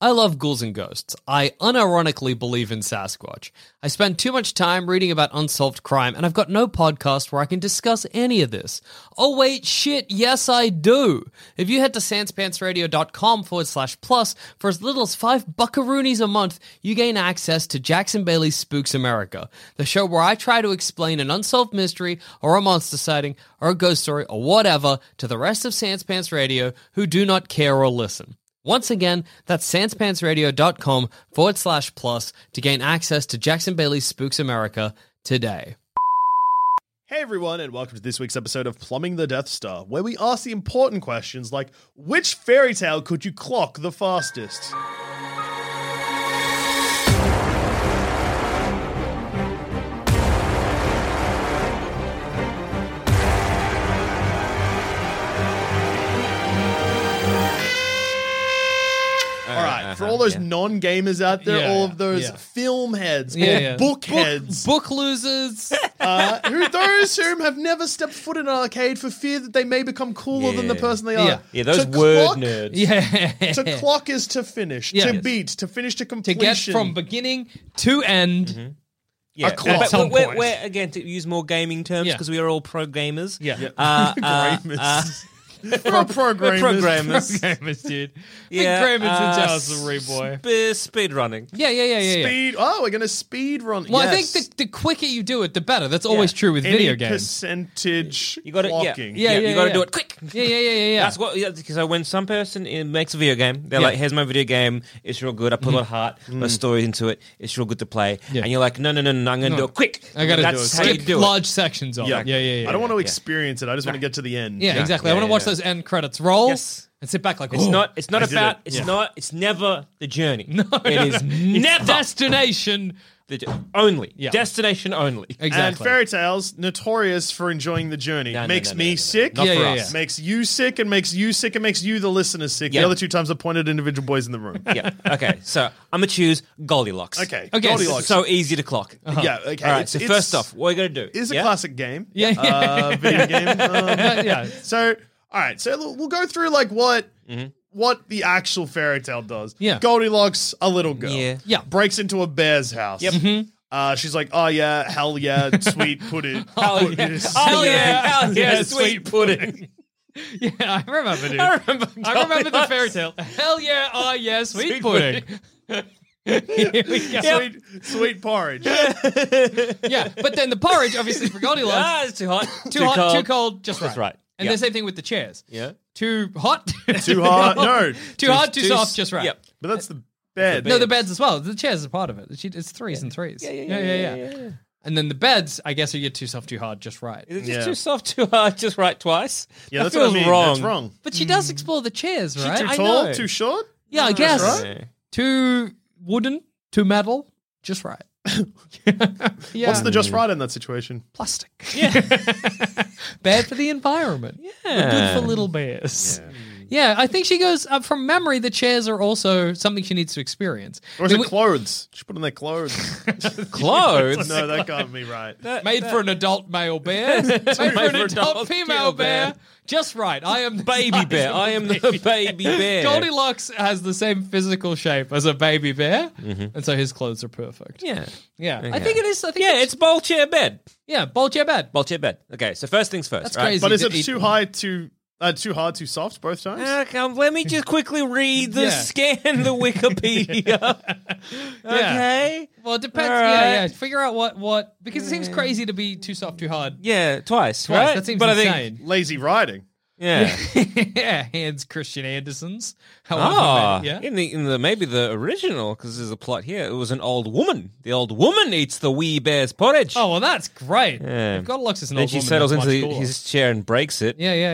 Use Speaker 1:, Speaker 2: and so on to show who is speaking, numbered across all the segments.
Speaker 1: I love ghouls and ghosts. I unironically believe in Sasquatch. I spend too much time reading about unsolved crime, and I've got no podcast where I can discuss any of this. Oh, wait, shit, yes, I do. If you head to sanspantsradio.com forward slash plus, for as little as five buckaroonies a month, you gain access to Jackson Bailey's Spooks America, the show where I try to explain an unsolved mystery or a monster sighting or a ghost story or whatever to the rest of Sanspants Radio who do not care or listen. Once again, that's sanspantsradio.com forward slash plus to gain access to Jackson Bailey's Spooks America today.
Speaker 2: Hey everyone, and welcome to this week's episode of Plumbing the Death Star, where we ask the important questions like which fairy tale could you clock the fastest? all right, for all those non gamers out there,
Speaker 1: Yeah,
Speaker 2: all of those
Speaker 1: yeah.
Speaker 2: film heads,
Speaker 1: Yeah,
Speaker 2: or
Speaker 1: yeah.
Speaker 2: book heads,
Speaker 1: Book losers.
Speaker 2: uh, who those whom have never stepped foot in an arcade for fear that they may become cooler than the
Speaker 3: Yeah.
Speaker 2: person they are.
Speaker 1: Yeah.
Speaker 3: Yeah, those
Speaker 2: To
Speaker 3: word
Speaker 2: clock-
Speaker 3: nerds.
Speaker 1: yeah.
Speaker 2: To clock is to finish,
Speaker 1: Yeah.
Speaker 2: to beat, to finish to
Speaker 1: to
Speaker 2: completion.
Speaker 1: get from beginning to end.
Speaker 3: yeah.
Speaker 2: clock.
Speaker 3: But
Speaker 2: At some
Speaker 3: we're,
Speaker 1: point.
Speaker 3: we're- again to use more gaming terms
Speaker 1: Yeah.
Speaker 3: because we are all pro gamers.
Speaker 1: Yeah.
Speaker 2: Yep.
Speaker 3: Uh, uh,
Speaker 2: Grammars.
Speaker 3: uh,
Speaker 2: We're all programmers.
Speaker 3: programmers.
Speaker 1: Programmers, dude.
Speaker 3: yeah,
Speaker 1: Big Grammars
Speaker 3: uh,
Speaker 1: and Jowslery, boy.
Speaker 3: Sp- speed running.
Speaker 1: Yeah, yeah, yeah, yeah. yeah.
Speaker 2: Speed. Oh, we're gonna speed run.
Speaker 1: Well,
Speaker 2: yes.
Speaker 1: I think the, the quicker you do it, the better. That's always true with
Speaker 2: Any
Speaker 1: video games.
Speaker 2: percentage.
Speaker 3: You got to yeah.
Speaker 2: clocking.
Speaker 1: Yeah, yeah,
Speaker 3: you got to
Speaker 1: yeah.
Speaker 3: do it quick.
Speaker 1: Yeah, yeah, yeah, yeah, yeah.
Speaker 3: That's what. Yeah, so when some person uh, makes a video game, they're
Speaker 1: Yeah. Mm.
Speaker 3: like, "Here's my video game. It's real good. I put a lot of heart, a
Speaker 2: Mm.
Speaker 3: lot of story into it. It's real good to play."
Speaker 1: Yeah.
Speaker 3: And you're like, "No, no, no, no! I'm going to
Speaker 1: No.
Speaker 3: do it quick.
Speaker 1: I gotta
Speaker 3: That's
Speaker 1: do it.
Speaker 3: how
Speaker 1: Skip
Speaker 3: you do
Speaker 1: large sections of
Speaker 2: Yeah.
Speaker 1: it. Yeah, yeah, yeah.
Speaker 2: I don't want to
Speaker 3: yeah.
Speaker 2: experience it. I just want to get to the end.
Speaker 1: Yeah, exactly. I want to watch those end credits roll
Speaker 3: Yes.
Speaker 1: and sit back like
Speaker 3: it. It's
Speaker 1: "Oh,
Speaker 3: not. It's not
Speaker 2: I did
Speaker 3: about.
Speaker 2: it.
Speaker 3: It's
Speaker 2: Yeah.
Speaker 3: not. It's never the journey. No,
Speaker 1: no,
Speaker 3: it is
Speaker 1: no. It's
Speaker 3: never
Speaker 1: destination.
Speaker 3: the jo- only
Speaker 1: Yeah.
Speaker 3: destination only.
Speaker 2: And
Speaker 1: Exactly.
Speaker 2: fairy tales, notorious for enjoying the journey.
Speaker 3: No, no,
Speaker 2: makes
Speaker 3: no, no,
Speaker 2: me
Speaker 3: no, no.
Speaker 2: sick.
Speaker 3: Not
Speaker 1: Yeah,
Speaker 3: for
Speaker 1: yeah,
Speaker 3: us.
Speaker 2: Makes you sick and makes you sick and makes you the listener sick.
Speaker 3: Yeah.
Speaker 2: The other two times I pointed at individual boys in the room.
Speaker 3: yeah. Okay. So I'm gonna choose Goldilocks.
Speaker 2: Okay.
Speaker 1: Okay,
Speaker 2: Goldilocks. Uh-huh.
Speaker 3: So easy to clock.
Speaker 2: yeah. Okay.
Speaker 3: All right.
Speaker 2: it's-
Speaker 3: so
Speaker 2: it's-
Speaker 3: first off, what are you gonna do?
Speaker 2: it is a
Speaker 3: Yeah?
Speaker 2: classic game.
Speaker 1: Yeah, yeah.
Speaker 2: Uh, video game. Um,
Speaker 1: yeah.
Speaker 2: So, all right. So we'll- we'll go through like what
Speaker 3: Mm-hmm.
Speaker 2: what the actual fairy tale does.
Speaker 1: Yeah.
Speaker 2: Goldilocks, a little girl.
Speaker 3: Yeah.
Speaker 1: Yeah. Mm-hmm.
Speaker 2: Breaks into a bear's house. Yep. Uh, she's like, oh yeah, hell yeah, sweet pudding.
Speaker 3: Oh
Speaker 2: Pudding
Speaker 3: yeah!
Speaker 2: is-
Speaker 3: Oh yeah! Hell yeah!
Speaker 1: Yeah,
Speaker 3: Sweet pudding.
Speaker 1: Yeah, I remember, dude.
Speaker 3: I remember.
Speaker 1: I remember the
Speaker 3: Goldilocks.
Speaker 1: fairy tale. Hell yeah, oh yeah, sweet,
Speaker 3: Sweet
Speaker 1: pudding. Here we go.
Speaker 2: Sweet, sweet porridge.
Speaker 1: Yeah, but then the porridge, obviously, for Goldilocks,
Speaker 3: Ah, it's too hot.
Speaker 1: too, hot, too cold, just
Speaker 3: Just
Speaker 1: right.
Speaker 3: right.
Speaker 1: And
Speaker 3: Yeah.
Speaker 1: the same thing with the chairs.
Speaker 3: Yeah.
Speaker 1: Too hot,
Speaker 2: Too hard. No,
Speaker 1: too hard, too,
Speaker 3: too
Speaker 1: soft,
Speaker 3: s-
Speaker 1: just right.
Speaker 3: Yep.
Speaker 2: but that's the bed.
Speaker 1: No, the beds as well. The chairs are part of it. It's, it's threes and threes. Yeah yeah yeah, And then the beds, I guess, are you too soft, too hard, just right.
Speaker 3: Is it just
Speaker 2: Yeah.
Speaker 3: too soft, too hard, just right twice?
Speaker 2: Yeah, that's
Speaker 3: that feels
Speaker 2: what I mean.
Speaker 3: wrong.
Speaker 2: That's wrong.
Speaker 1: But she does explore the chairs, right?
Speaker 2: Too
Speaker 1: I
Speaker 2: tall,
Speaker 1: know.
Speaker 2: too short.
Speaker 1: yeah, I guess.
Speaker 3: Yeah.
Speaker 1: Too wooden, too metal, just right. yeah.
Speaker 2: What's the just right in that situation?
Speaker 1: plastic? Yeah. Bad for the environment. Yeah. Good for little bears. Yeah. I think she goes uh, from memory. The chairs are also something she needs to experience.
Speaker 2: Or is
Speaker 1: Then
Speaker 2: it
Speaker 1: we-
Speaker 2: clothes? She put on their clothes.
Speaker 1: Oh,
Speaker 3: Clothes.
Speaker 2: no, that can't be right.
Speaker 1: Made for an adult male bear, made for an
Speaker 3: Made for
Speaker 1: adult
Speaker 3: adult
Speaker 1: female
Speaker 3: female
Speaker 1: bear.
Speaker 3: bear.
Speaker 1: Just right. I am the
Speaker 3: baby
Speaker 1: size
Speaker 3: bear.
Speaker 1: of
Speaker 3: I
Speaker 1: a
Speaker 3: am
Speaker 1: baby
Speaker 3: the baby bear.
Speaker 1: Goldilocks has the same physical shape as a baby bear, and so his clothes are perfect.
Speaker 3: Yeah.
Speaker 1: yeah. I
Speaker 3: Okay.
Speaker 1: think it is. I think
Speaker 3: Yeah, it's bowl chair bed.
Speaker 1: yeah. Bolt your bed.
Speaker 3: Bowl chair bed. Okay, so first things first.
Speaker 1: That's
Speaker 3: right?
Speaker 1: crazy.
Speaker 2: But is
Speaker 1: to
Speaker 2: it
Speaker 1: eat
Speaker 2: too
Speaker 1: one.
Speaker 2: high? Too Uh, too hard, too soft, both times.
Speaker 3: Uh, come, let me just quickly read the
Speaker 1: Yeah.
Speaker 3: scan the Wikipedia. okay.
Speaker 1: Well, it depends.
Speaker 3: All
Speaker 1: Yeah, yeah.
Speaker 3: right.
Speaker 1: Figure out what what because it seems crazy to be too soft, too hard.
Speaker 3: Yeah, twice.
Speaker 1: Twice.
Speaker 3: right?
Speaker 1: That seems
Speaker 3: but I think,
Speaker 1: insane.
Speaker 2: Lazy riding.
Speaker 3: yeah.
Speaker 1: yeah, hands Christian Anderson's. However,
Speaker 3: Ah,
Speaker 1: Oh, yeah.
Speaker 3: in the in the maybe the original because there's a plot here. It was an old woman. The old woman eats the wee bear's porridge.
Speaker 1: Oh well, that's great.
Speaker 3: Yeah.
Speaker 1: You've got Lux as an
Speaker 3: then
Speaker 1: old
Speaker 3: she
Speaker 1: woman,
Speaker 3: settles
Speaker 1: that's
Speaker 3: into
Speaker 1: much
Speaker 3: the,
Speaker 1: cooler.
Speaker 3: his chair and breaks it.
Speaker 1: Yeah, yeah,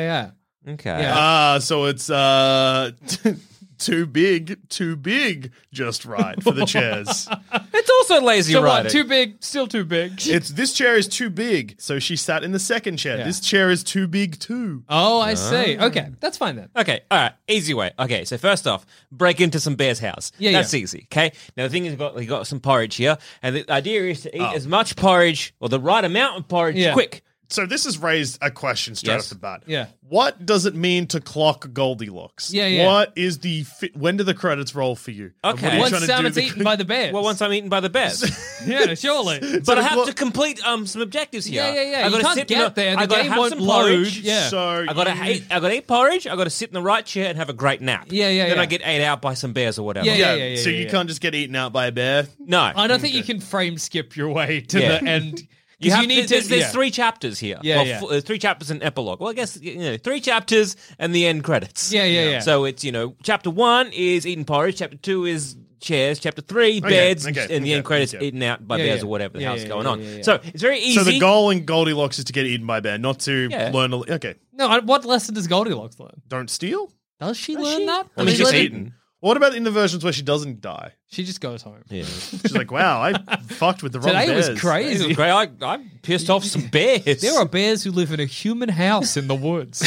Speaker 1: yeah.
Speaker 3: Okay.
Speaker 1: Yeah.
Speaker 2: Ah, so it's uh, too big, too big, just right for the chairs.
Speaker 3: It's also lazy
Speaker 1: So
Speaker 3: writing.
Speaker 1: what? Too big, still too big.
Speaker 2: It's this chair is too big, so she sat in the second chair.
Speaker 1: Yeah.
Speaker 2: This chair is too big too.
Speaker 1: oh,
Speaker 3: Ah.
Speaker 1: I see. Okay, that's fine then.
Speaker 3: Okay, all right, easy way. Okay, so first off, break into some bear's house.
Speaker 1: Yeah,
Speaker 3: that's
Speaker 1: yeah.
Speaker 3: easy. Okay. Now the thing is, got we got some porridge here, and the idea is to eat as much porridge or the right amount of porridge
Speaker 1: Oh. Yeah.
Speaker 3: quick.
Speaker 2: So this has raised a question straight
Speaker 3: Yes.
Speaker 2: off the bat.
Speaker 1: Yeah.
Speaker 2: What does it mean to clock Goldilocks?
Speaker 1: Yeah, yeah.
Speaker 2: What is the fi- when do the credits roll for you? And
Speaker 3: Okay.
Speaker 2: what are you
Speaker 3: Once
Speaker 2: trying
Speaker 1: Once
Speaker 2: to
Speaker 1: Sam
Speaker 2: do
Speaker 1: is
Speaker 2: the-
Speaker 1: eaten by the bears.
Speaker 3: Well, once I'm eaten by the bears.
Speaker 1: yeah, surely.
Speaker 3: But I
Speaker 2: the
Speaker 3: have
Speaker 2: clo-
Speaker 3: to complete um some objectives here.
Speaker 1: Yeah, yeah, yeah.
Speaker 3: I
Speaker 1: You
Speaker 3: gotta
Speaker 1: can't
Speaker 3: sit in
Speaker 1: get there. The
Speaker 3: I gotta
Speaker 1: game
Speaker 3: have
Speaker 1: won't
Speaker 3: some
Speaker 1: load.
Speaker 3: porridge.
Speaker 1: Yeah.
Speaker 2: So
Speaker 3: I gotta
Speaker 2: you-
Speaker 3: eat. I gotta eat porridge. I gotta sit in the right chair and have a great nap.
Speaker 1: Yeah, yeah,
Speaker 3: Then
Speaker 1: yeah.
Speaker 3: I get ate out by some bears or whatever.
Speaker 1: Yeah,
Speaker 2: Yeah,
Speaker 1: yeah, yeah, yeah.
Speaker 2: so you
Speaker 1: yeah.
Speaker 2: can't just get eaten out by a bear.
Speaker 3: No,
Speaker 1: I don't think you can frame skip your way to
Speaker 3: Yeah.
Speaker 1: the end.
Speaker 3: You,
Speaker 1: Because you,
Speaker 3: have
Speaker 1: need
Speaker 3: to, there's,
Speaker 1: to.
Speaker 3: there's
Speaker 1: yeah.
Speaker 3: three chapters here.
Speaker 1: Yeah,
Speaker 3: well,
Speaker 1: yeah.
Speaker 3: Four, uh, three chapters and epilogue. Well, I guess you know, three chapters and the end credits.
Speaker 1: Yeah, yeah, yeah.
Speaker 3: So it's you know, chapter one is eating porridge. Chapter two is chairs. Chapter three
Speaker 2: Okay,
Speaker 3: beds,
Speaker 2: okay,
Speaker 3: and the
Speaker 2: okay,
Speaker 3: end credits
Speaker 2: okay.
Speaker 3: eaten out by
Speaker 1: Yeah,
Speaker 3: bears
Speaker 1: yeah.
Speaker 3: or whatever the
Speaker 1: Yeah,
Speaker 3: hell's
Speaker 1: yeah,
Speaker 3: going
Speaker 1: yeah,
Speaker 3: on.
Speaker 1: yeah, yeah.
Speaker 3: So it's very easy.
Speaker 2: So the goal in Goldilocks is to get eaten by a bear, not to
Speaker 3: Yeah.
Speaker 2: learn. A, li- okay,
Speaker 1: No, I- what lesson does Goldilocks learn?
Speaker 2: don't steal.
Speaker 1: Does she learn
Speaker 3: she?
Speaker 1: that?
Speaker 3: Or
Speaker 1: I mean,
Speaker 3: is she just
Speaker 1: she,
Speaker 3: eaten?
Speaker 2: What about in the versions where she doesn't die?
Speaker 1: she just goes home.
Speaker 3: Yeah.
Speaker 2: She's like, wow, I fucked with the wrong
Speaker 1: Today was
Speaker 2: bears.
Speaker 1: crazy.
Speaker 3: This is great. I, I pissed off some bears.
Speaker 1: There are bears who live in a human house in the woods.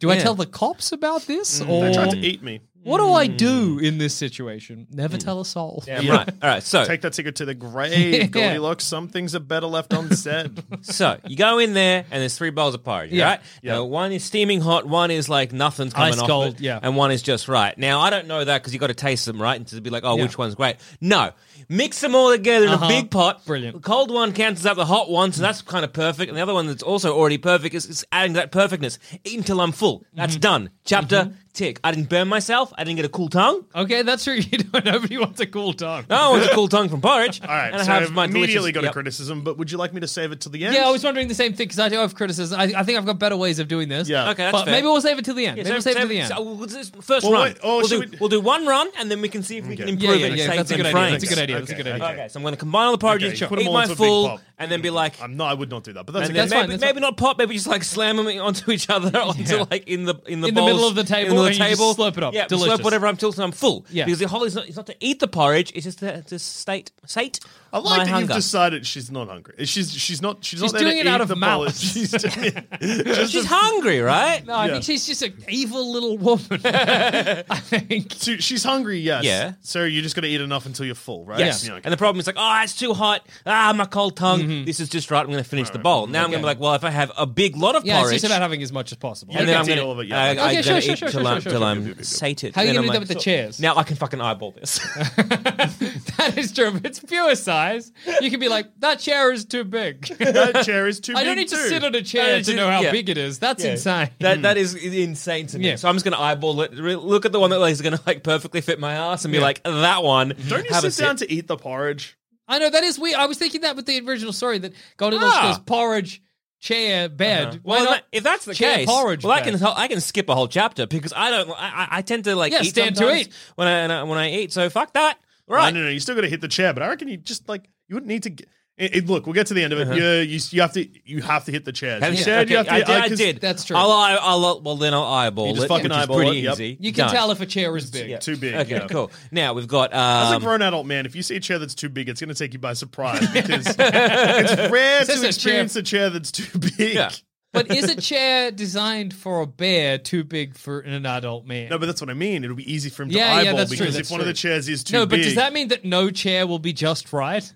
Speaker 1: Do I tell the cops about this?
Speaker 2: Mm, They tried to
Speaker 1: Or
Speaker 2: eat me.
Speaker 1: what do I do in this situation? Never tell a soul.
Speaker 3: Damn right. All right. So
Speaker 2: Take that secret to the grave, Goldilocks. Some things are better left unsaid.
Speaker 3: So you go in there, and there's three bowls of porridge,
Speaker 1: Yeah.
Speaker 3: right? Now, one is steaming hot, one is like nothing's coming
Speaker 1: Ice
Speaker 3: off
Speaker 1: cold,
Speaker 3: it,
Speaker 1: yeah.
Speaker 3: and one is just right. Now I don't know that because you got to taste them, right? And to be like, oh,
Speaker 1: Yeah.
Speaker 3: which one's great? No, mix them all together
Speaker 1: Uh-huh.
Speaker 3: in a big pot.
Speaker 1: Brilliant.
Speaker 3: The cold one cancels out the hot one, so that's kind of perfect. And the other one that's also already perfect is, is adding that perfectness. Eat until I'm full. That's
Speaker 1: Mm-hmm.
Speaker 3: done. Chapter tick. I didn't burn myself. I didn't get a cool tongue.
Speaker 1: Okay, that's true. You don't. Nobody wants a cool dog.
Speaker 3: No, it's a cool tongue from porridge.
Speaker 2: All right,
Speaker 3: and I
Speaker 2: so
Speaker 3: have
Speaker 2: I've
Speaker 3: my
Speaker 2: immediately
Speaker 3: delicious-
Speaker 2: got
Speaker 3: yep.
Speaker 2: a criticism, but would you like me to save it till the end?
Speaker 1: Yeah, I was wondering the same thing because I do have criticism. I, I think I've got better ways of doing this.
Speaker 2: Yeah.
Speaker 3: Okay, that's
Speaker 1: but
Speaker 3: fair.
Speaker 1: maybe we'll save it till the end.
Speaker 3: Yeah,
Speaker 1: maybe we'll
Speaker 3: so-
Speaker 1: save it till the
Speaker 3: so-
Speaker 1: end.
Speaker 3: so we'll do this first
Speaker 2: Well,
Speaker 3: run.
Speaker 2: wait, oh,
Speaker 3: we'll, do,
Speaker 2: should we-
Speaker 3: we'll do one run, and then we can see if we can
Speaker 2: Okay.
Speaker 3: improve
Speaker 1: Yeah,
Speaker 3: it. and
Speaker 1: yeah,
Speaker 3: save
Speaker 1: that's a
Speaker 3: them
Speaker 1: good idea.
Speaker 3: frames.
Speaker 1: That's a good idea. That's a
Speaker 2: Okay,
Speaker 1: good idea.
Speaker 2: okay.
Speaker 3: Okay, so I'm going to combine all the porridge
Speaker 2: Okay,
Speaker 3: into
Speaker 2: put
Speaker 3: eat
Speaker 2: them all
Speaker 3: my
Speaker 2: into a big
Speaker 3: full,
Speaker 2: pot.
Speaker 3: and then be like,
Speaker 2: I'm not. I would not do that, but that's
Speaker 3: and
Speaker 2: okay.
Speaker 3: then
Speaker 1: That's fine,
Speaker 3: maybe,
Speaker 1: that's
Speaker 3: maybe not pot, maybe just like slam them onto each other, onto
Speaker 1: Yeah.
Speaker 3: like in the in the
Speaker 1: In the
Speaker 3: bowls,
Speaker 1: middle of the
Speaker 3: in
Speaker 1: table,
Speaker 3: middle
Speaker 1: and you just
Speaker 3: table.
Speaker 1: slurp it up.
Speaker 3: Yeah,
Speaker 1: Delicious.
Speaker 3: slurp whatever I'm till I'm full.
Speaker 1: Yeah.
Speaker 3: because the whole is not it's not to eat the porridge; it's just to, to state sate
Speaker 2: I like
Speaker 3: my
Speaker 2: that
Speaker 3: hunger.
Speaker 2: you've decided she's not hungry. She's she's not she's, not
Speaker 1: She's
Speaker 2: there
Speaker 1: doing
Speaker 2: to
Speaker 1: it out
Speaker 2: eat
Speaker 1: of
Speaker 2: the
Speaker 1: malice.
Speaker 2: bullets. She's doing- just
Speaker 3: She's
Speaker 2: a-
Speaker 3: hungry, right?
Speaker 1: no, I
Speaker 2: yeah.
Speaker 1: think she's just an evil little woman. I think.
Speaker 2: so she's hungry. Yes.
Speaker 3: Yeah.
Speaker 2: So you're just gonna eat enough until you're full, right?
Speaker 3: Yes.
Speaker 2: Yeah, okay.
Speaker 3: And the problem is like, oh, it's too hot. Ah, my cold tongue.
Speaker 1: Mm-hmm.
Speaker 3: This is just right. I'm going to finish the bowl. Now I'm going to be like, well, if I have a big lot of
Speaker 1: Yeah,
Speaker 3: porridge,
Speaker 1: it's just about having as much as possible.
Speaker 3: and
Speaker 2: Okay.
Speaker 3: then I'm
Speaker 2: Deal
Speaker 3: going
Speaker 2: of it,
Speaker 3: to,
Speaker 2: yeah.
Speaker 3: I,
Speaker 2: Okay,
Speaker 1: sure,
Speaker 3: I'm going
Speaker 1: sure,
Speaker 3: to eat
Speaker 1: sure,
Speaker 3: till
Speaker 1: sure,
Speaker 3: I'm,
Speaker 1: sure,
Speaker 3: till
Speaker 1: sure.
Speaker 3: I'm sated.
Speaker 1: How are you
Speaker 3: Then
Speaker 1: gonna
Speaker 3: I'm
Speaker 1: do that with the chairs?
Speaker 3: Now I can fucking eyeball this.
Speaker 1: that is true. If it's fewer size, you can be like, that chair is too big.
Speaker 2: that chair is too.
Speaker 1: I don't
Speaker 2: big
Speaker 1: need to
Speaker 2: too.
Speaker 1: sit on a
Speaker 3: No,
Speaker 1: chair
Speaker 3: it's
Speaker 1: to
Speaker 3: just-
Speaker 1: know how
Speaker 3: yeah.
Speaker 1: big it is. That's
Speaker 3: Yeah.
Speaker 1: insane. Hmm.
Speaker 3: That that is insane to me.
Speaker 1: Yeah.
Speaker 3: So I'm just gonna eyeball it. Re- Look at the one that is gonna like perfectly fit my ass and be like that one.
Speaker 2: Don't you
Speaker 3: Have a
Speaker 2: sit, down
Speaker 3: sip.
Speaker 2: to eat the porridge?
Speaker 1: I know that is weird. I was thinking that with the original story that Goldilocks
Speaker 3: Ah. Uh-huh.
Speaker 1: goes porridge, chair, bed. Why
Speaker 3: Well,
Speaker 1: not?
Speaker 3: that- if that's the
Speaker 1: chair,
Speaker 3: case,
Speaker 1: porridge.
Speaker 3: well, I
Speaker 1: bed?
Speaker 3: can I can skip a whole chapter because I don't. I, I- I tend to like
Speaker 1: Yeah,
Speaker 3: eat
Speaker 1: stand to
Speaker 3: sometimes
Speaker 1: eat.
Speaker 3: when I and I- when I eat. So fuck that. Right.
Speaker 2: No, no, no. You still got to hit the chair, but I reckon you just like you wouldn't need to. Get, it, it- look, we'll get to the end of it. Yeah, you, you have to you have to hit the chair.
Speaker 3: Uh-huh. Have
Speaker 2: You
Speaker 3: you
Speaker 2: said you have to.
Speaker 3: I, did, I
Speaker 2: 'cause
Speaker 3: did.
Speaker 1: That's true.
Speaker 3: I'll, eye- I'll, well, then I'll eyeball
Speaker 2: You just
Speaker 3: it,
Speaker 2: fucking
Speaker 3: which is
Speaker 2: eyeball
Speaker 3: pretty
Speaker 2: it, yep.
Speaker 3: easy.
Speaker 1: you can
Speaker 3: Done.
Speaker 1: tell if a chair is big.
Speaker 2: Too big.
Speaker 3: Okay,
Speaker 2: yeah.
Speaker 3: cool. Now we've got.
Speaker 2: As
Speaker 3: Um,
Speaker 2: a grown adult man, if you see a chair that's too big, it's going to take you by surprise because it's rare
Speaker 1: Says a
Speaker 2: to
Speaker 1: chair-
Speaker 2: experience a chair that's too big.
Speaker 3: Yeah.
Speaker 1: But is a chair designed for a bear too big for an adult man?
Speaker 2: No, but that's what I mean. It'll be easy for him to
Speaker 1: Yeah, yeah,
Speaker 2: eyeball
Speaker 1: that's true,
Speaker 2: because if
Speaker 1: that's
Speaker 2: one of
Speaker 1: true.
Speaker 2: the chairs is too
Speaker 1: No, but
Speaker 2: big,
Speaker 1: does that mean that no chair will be just right?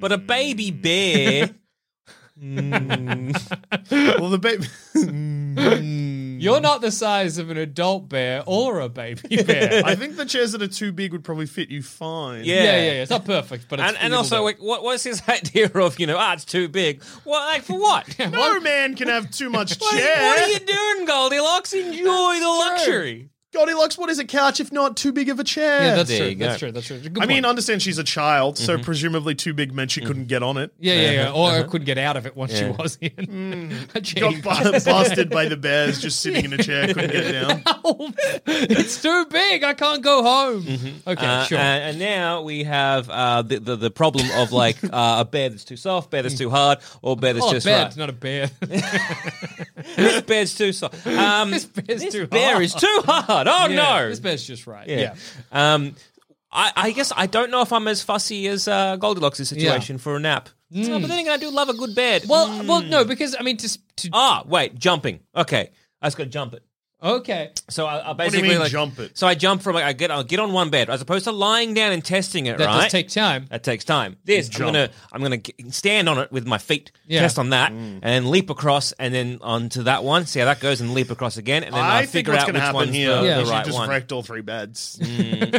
Speaker 3: but a baby bear.
Speaker 2: well, the baby.
Speaker 3: Mm.
Speaker 1: You You're not the size of an adult bear or a baby bear.
Speaker 2: I think the chairs that are too big would probably fit you fine.
Speaker 3: Yeah.
Speaker 1: yeah, yeah, yeah. It's not perfect, but it's
Speaker 3: And, and
Speaker 1: a little
Speaker 3: also,
Speaker 1: bit.
Speaker 3: like, what was his idea of you know, ah, it's too big? What, like, for what?
Speaker 2: No man can have too much
Speaker 3: What,
Speaker 2: chair.
Speaker 3: what are you doing, Goldilocks? Enjoy the luxury.
Speaker 2: Goldilocks, what is a couch if not too big of a chair?
Speaker 1: yeah, that's
Speaker 3: there
Speaker 1: true.
Speaker 3: you go.
Speaker 1: That's true. That's true.
Speaker 2: I
Speaker 1: Good
Speaker 2: mean,
Speaker 1: point. Mm-hmm. Mm.
Speaker 2: understand she's a child, so presumably too big meant she couldn't get on it.
Speaker 1: yeah, yeah, yeah. Or
Speaker 3: Uh-huh.
Speaker 1: couldn't get out of it once she was in.
Speaker 3: Mm.
Speaker 2: Got bu- busted by the bears just sitting in a chair, couldn't get down.
Speaker 1: it's too big. I can't go home. Okay,
Speaker 3: Uh,
Speaker 1: sure.
Speaker 3: and, and now we have uh, the, the the problem of like uh, a bear that's too soft, bear that's too hard, or bear that's
Speaker 1: oh, a
Speaker 3: just
Speaker 1: bed,
Speaker 3: right.
Speaker 1: not a bear.
Speaker 3: this bear's too soft. Um,
Speaker 1: This bear's too
Speaker 3: bear
Speaker 1: hard.
Speaker 3: is too hard. Oh no!
Speaker 1: this bear's just right.
Speaker 3: yeah. Um, I, I guess I don't know if I'm as fussy as uh, Goldilocks' situation for a nap.
Speaker 2: Hmm.
Speaker 3: Oh, but then again, I do love a good bed.
Speaker 1: Well, well,
Speaker 3: Mm.
Speaker 1: no, because I mean, just to,
Speaker 3: ah, wait, jumping. Okay, I just got to jump it.
Speaker 1: okay.
Speaker 3: So I, I
Speaker 2: you
Speaker 3: basically
Speaker 2: mean,
Speaker 3: like,
Speaker 2: jump it?
Speaker 3: So I jump from like I get I get on one bed as opposed to lying down and testing it.
Speaker 1: That
Speaker 3: right?
Speaker 1: does take time.
Speaker 3: That takes time. This I'm
Speaker 2: jump. Hmm.
Speaker 3: gonna I'm gonna g- stand on it with my feet,
Speaker 1: Yeah.
Speaker 3: test on that, and then leap across, and then onto that one. See how that goes, and leap across again, and then I,
Speaker 2: I, think
Speaker 3: figure
Speaker 2: what's
Speaker 3: out
Speaker 2: going
Speaker 3: which
Speaker 2: to happen
Speaker 3: one's
Speaker 2: here
Speaker 3: the,
Speaker 1: Yeah.
Speaker 3: the
Speaker 2: is you
Speaker 3: right
Speaker 2: just
Speaker 3: one. Mm.
Speaker 2: wrecked all three beds.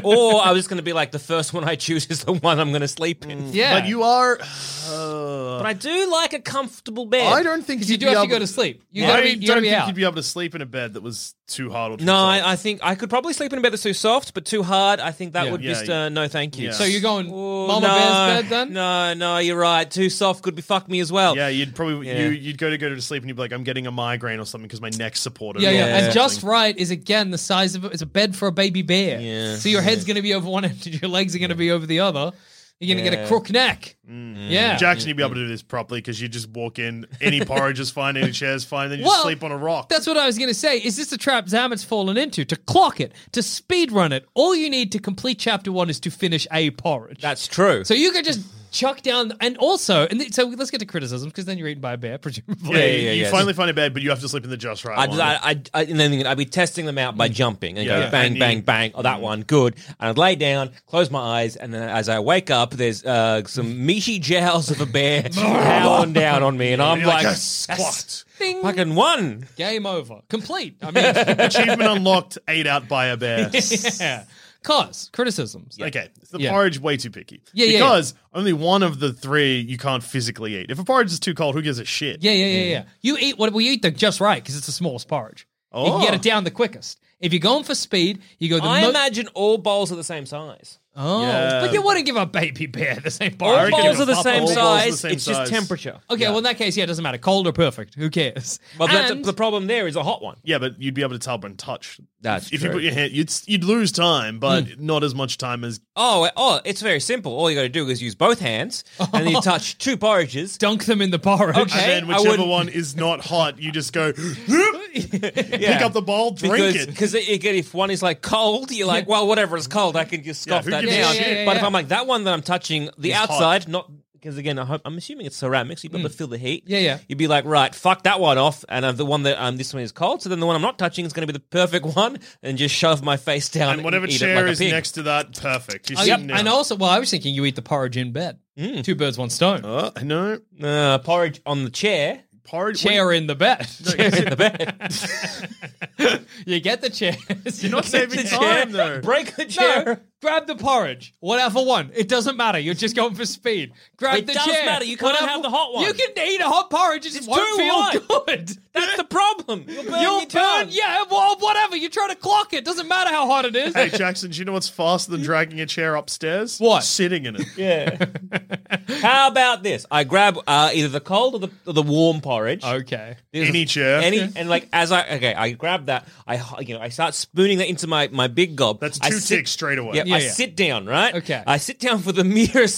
Speaker 3: or I was gonna be like the first one I choose is the one I'm gonna sleep in.
Speaker 1: Yeah,
Speaker 2: But you are. uh,
Speaker 3: But I do like a comfortable bed.
Speaker 2: I don't think
Speaker 1: because you
Speaker 2: you'd
Speaker 1: do
Speaker 2: be
Speaker 1: have to
Speaker 2: able-
Speaker 1: go to sleep. You
Speaker 2: I
Speaker 1: gotta be, you
Speaker 2: don't
Speaker 1: gotta be
Speaker 2: think
Speaker 1: out.
Speaker 2: you'd be able to sleep in a bed that was too hard or too
Speaker 3: No,
Speaker 2: soft.
Speaker 3: I, I think I could probably sleep in a bed that's too soft, but too hard. I think that
Speaker 1: Yeah.
Speaker 3: would
Speaker 2: Yeah,
Speaker 3: just
Speaker 2: you-
Speaker 3: uh, no, thank you.
Speaker 2: yeah.
Speaker 1: so you're going
Speaker 3: Ooh,
Speaker 1: Mama
Speaker 3: Oh, no,
Speaker 1: Bear's bed then?
Speaker 3: No, no, you're right. Too soft could be fuck me as well.
Speaker 2: Yeah, you'd probably
Speaker 3: Yeah.
Speaker 2: You, you'd go to go to sleep and you'd be like, I'm getting a migraine or something because my neck's supported.
Speaker 1: Yeah,
Speaker 2: or
Speaker 1: yeah,
Speaker 3: Yeah.
Speaker 1: and just right is again the size of it's a bed for a baby bear.
Speaker 3: Yeah.
Speaker 1: So your head's gonna be over one end, and your legs are gonna be over the other. You're gonna get
Speaker 3: Yeah. Mm.
Speaker 1: a crook neck. Yeah.
Speaker 2: Jackson, you'd be
Speaker 3: Mm-hmm.
Speaker 2: able to do this properly because you just walk in, any porridge is fine, any chair's fine, then you just
Speaker 1: Well,
Speaker 2: sleep on a rock.
Speaker 1: That's what I was going to say. Is this the trap Zamet's fallen into? To clock it, to speed run it, all you need to complete chapter one is to finish a porridge.
Speaker 3: that's true.
Speaker 1: so you could just chuck down, and also, and th- so let's get to criticism because then you're eaten by a bear, presumably.
Speaker 2: yeah,
Speaker 3: yeah,
Speaker 2: you-
Speaker 3: yeah,
Speaker 2: you
Speaker 3: yeah.
Speaker 2: finally find a bed, but you have to sleep in the just right
Speaker 3: I'd,
Speaker 2: one.
Speaker 3: I'd, I'd, and then I'd be testing them
Speaker 1: Mm.
Speaker 3: out by jumping and
Speaker 2: Yeah.
Speaker 3: go bang,
Speaker 2: And you- Mm.
Speaker 3: bang, bang. Oh, that one, good. And I'd lay down, close my eyes, and then as I wake up, there's uh, some meaty jowls of a bear howling down on me, and I'm
Speaker 2: You're like,
Speaker 3: like,
Speaker 2: "Yes, clocked."
Speaker 1: Ding.
Speaker 3: fucking one.
Speaker 1: Game over. Complete. I mean,
Speaker 2: Achievement unlocked, ate out by a bear.
Speaker 1: yeah. Cause criticisms.
Speaker 2: Okay, is the
Speaker 1: Yeah.
Speaker 2: porridge way too picky.
Speaker 1: Yeah, yeah, yeah.
Speaker 2: because only one of the three you can't physically eat. If a porridge is too cold, who gives a shit?
Speaker 1: Yeah, yeah, yeah, yeah. You eat what we eat the just right because it's the smallest porridge. You can get
Speaker 2: Oh.
Speaker 1: it down the quickest. If you're going for speed, you go the
Speaker 3: I
Speaker 1: most.
Speaker 3: imagine all bowls are the same size.
Speaker 1: oh,
Speaker 2: Yeah.
Speaker 1: but you wouldn't give a baby bear the same
Speaker 3: All
Speaker 1: porridge.
Speaker 2: reckon
Speaker 3: bowls
Speaker 2: it
Speaker 3: are the
Speaker 2: was
Speaker 3: same
Speaker 2: all bowls are the
Speaker 3: size.
Speaker 2: same
Speaker 3: it's just
Speaker 2: size.
Speaker 3: temperature.
Speaker 1: Okay, well in that case, yeah, it doesn't matter. Cold or perfect, who cares?
Speaker 3: Well, that's
Speaker 1: And-
Speaker 3: the problem there is a hot one.
Speaker 2: Yeah, but you'd be able to tell when touched.
Speaker 3: That's
Speaker 2: if you
Speaker 3: true.
Speaker 2: put your hand, you'd you'd lose time, but
Speaker 1: Hmm.
Speaker 2: not as much time as
Speaker 3: Oh, oh, it's very simple. All you got to do is use both hands, and you touch two porridges.
Speaker 1: dunk them in the porridge.
Speaker 3: Okay.
Speaker 2: And then
Speaker 3: I
Speaker 2: whichever
Speaker 3: wouldn't-
Speaker 2: one is not hot, you just go
Speaker 3: Yeah.
Speaker 2: pick up the bowl, drink
Speaker 3: because
Speaker 2: it.
Speaker 3: because it- again, if one is like cold, you're like, well, whatever is cold, I can just
Speaker 2: Yeah,
Speaker 3: scoff
Speaker 2: who
Speaker 3: that
Speaker 2: gives
Speaker 1: a
Speaker 3: down.
Speaker 1: shit? Yeah, yeah,
Speaker 3: but if
Speaker 1: yeah.
Speaker 3: I'm like that one that I'm touching the
Speaker 2: It's hot.
Speaker 3: outside, not because again, I hope, I'm assuming it's ceramics, you'd be able to feel the heat.
Speaker 1: Mm. Yeah, yeah.
Speaker 3: You'd be like, right, fuck that one off, and uh, the one that um, this one is cold, so then the one I'm not touching is going to be the perfect one, and just shove my face down
Speaker 2: And whatever
Speaker 3: eat it
Speaker 2: chair
Speaker 3: like a
Speaker 2: is
Speaker 3: pig.
Speaker 2: next to that, perfect. You're
Speaker 1: Oh, I,
Speaker 2: sitting down. Hmm.
Speaker 1: and also, well, I was thinking you eat the porridge in bed. Two birds, one stone.
Speaker 2: Uh, no
Speaker 3: Uh, porridge on the chair.
Speaker 2: porridge.
Speaker 1: chair in the bed.
Speaker 3: in the bed.
Speaker 1: you get the chairs. You're
Speaker 2: not saving
Speaker 3: The
Speaker 2: time
Speaker 3: chair.
Speaker 2: though.
Speaker 3: Break the
Speaker 1: No,
Speaker 3: chair.
Speaker 1: grab the porridge, whatever one. It doesn't matter. You're just going for speed. Grab
Speaker 3: It
Speaker 1: the
Speaker 3: does
Speaker 1: chair.
Speaker 3: matter. You can't
Speaker 1: whatever-
Speaker 3: have the hot one.
Speaker 1: You can eat a hot porridge. It just
Speaker 3: It's
Speaker 1: won't
Speaker 3: too
Speaker 1: feel
Speaker 3: hot.
Speaker 1: good.
Speaker 3: That's the problem. You'll burn
Speaker 1: You'll
Speaker 3: your
Speaker 1: burn.
Speaker 3: tongue.
Speaker 1: Yeah, well, whatever. You're trying to clock it. Doesn't matter how hot it is.
Speaker 2: Hey Jackson, do you know what's faster than dragging a chair upstairs?
Speaker 1: What?
Speaker 2: Sitting in it.
Speaker 3: Yeah. How about this? I grab uh, either the cold or the, or the warm porridge.
Speaker 1: Okay.
Speaker 3: There's
Speaker 2: Any
Speaker 3: a-
Speaker 2: chair.
Speaker 3: Any and like as I okay, I grab that. I h- you know I start spooning that into my my big gob.
Speaker 2: That's
Speaker 3: I
Speaker 2: two
Speaker 3: sit-
Speaker 2: ticks straight away.
Speaker 3: Yeah, I
Speaker 1: yeah.
Speaker 3: sit down, right?
Speaker 1: Okay.
Speaker 3: I sit down for the merest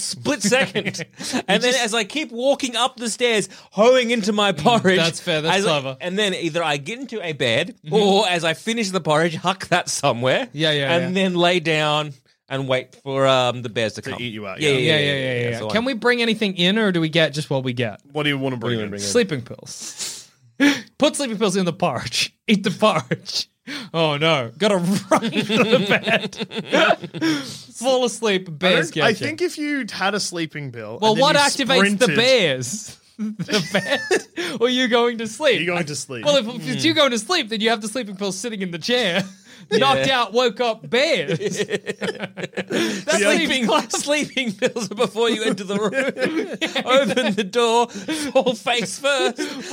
Speaker 3: split second, and then as I keep walking up the stairs, hoeing into my porridge.
Speaker 1: Mm, that's fair, that's
Speaker 3: as I-
Speaker 1: clever. Mm-hmm.
Speaker 3: and then either I get into a bed, or as I finish the porridge, huck that somewhere.
Speaker 1: Yeah, yeah,
Speaker 3: And
Speaker 1: yeah.
Speaker 3: then lay down and wait for um, the bears to, come
Speaker 2: eat you out,
Speaker 3: Yeah,
Speaker 2: yeah.
Speaker 3: yeah,
Speaker 1: Yeah, yeah, yeah, yeah.
Speaker 3: That's the
Speaker 1: yeah.
Speaker 3: one.
Speaker 1: Can we bring anything in, or do we get just what we get?
Speaker 2: What do you want to bring in?
Speaker 1: Sleeping pills. Put sleeping pills in the porridge. Eat the porridge. Oh no! Gotta run to the bed. Fall asleep.
Speaker 2: I,
Speaker 1: Bears
Speaker 2: don't-
Speaker 1: get
Speaker 2: I
Speaker 1: you.
Speaker 2: think if you had a sleeping pill,
Speaker 1: Well,
Speaker 2: and then
Speaker 1: what
Speaker 2: you
Speaker 1: activates the
Speaker 2: sprinted-
Speaker 1: bears? the bed, or you going to sleep?
Speaker 2: You're going to sleep.
Speaker 1: Well, if, if it's you going to sleep, then you have the sleeping pill sitting in the chair. Knocked out, woke up, bears. That's
Speaker 3: sleeping sleeping pills are before you enter the room. Open the door, fall face first,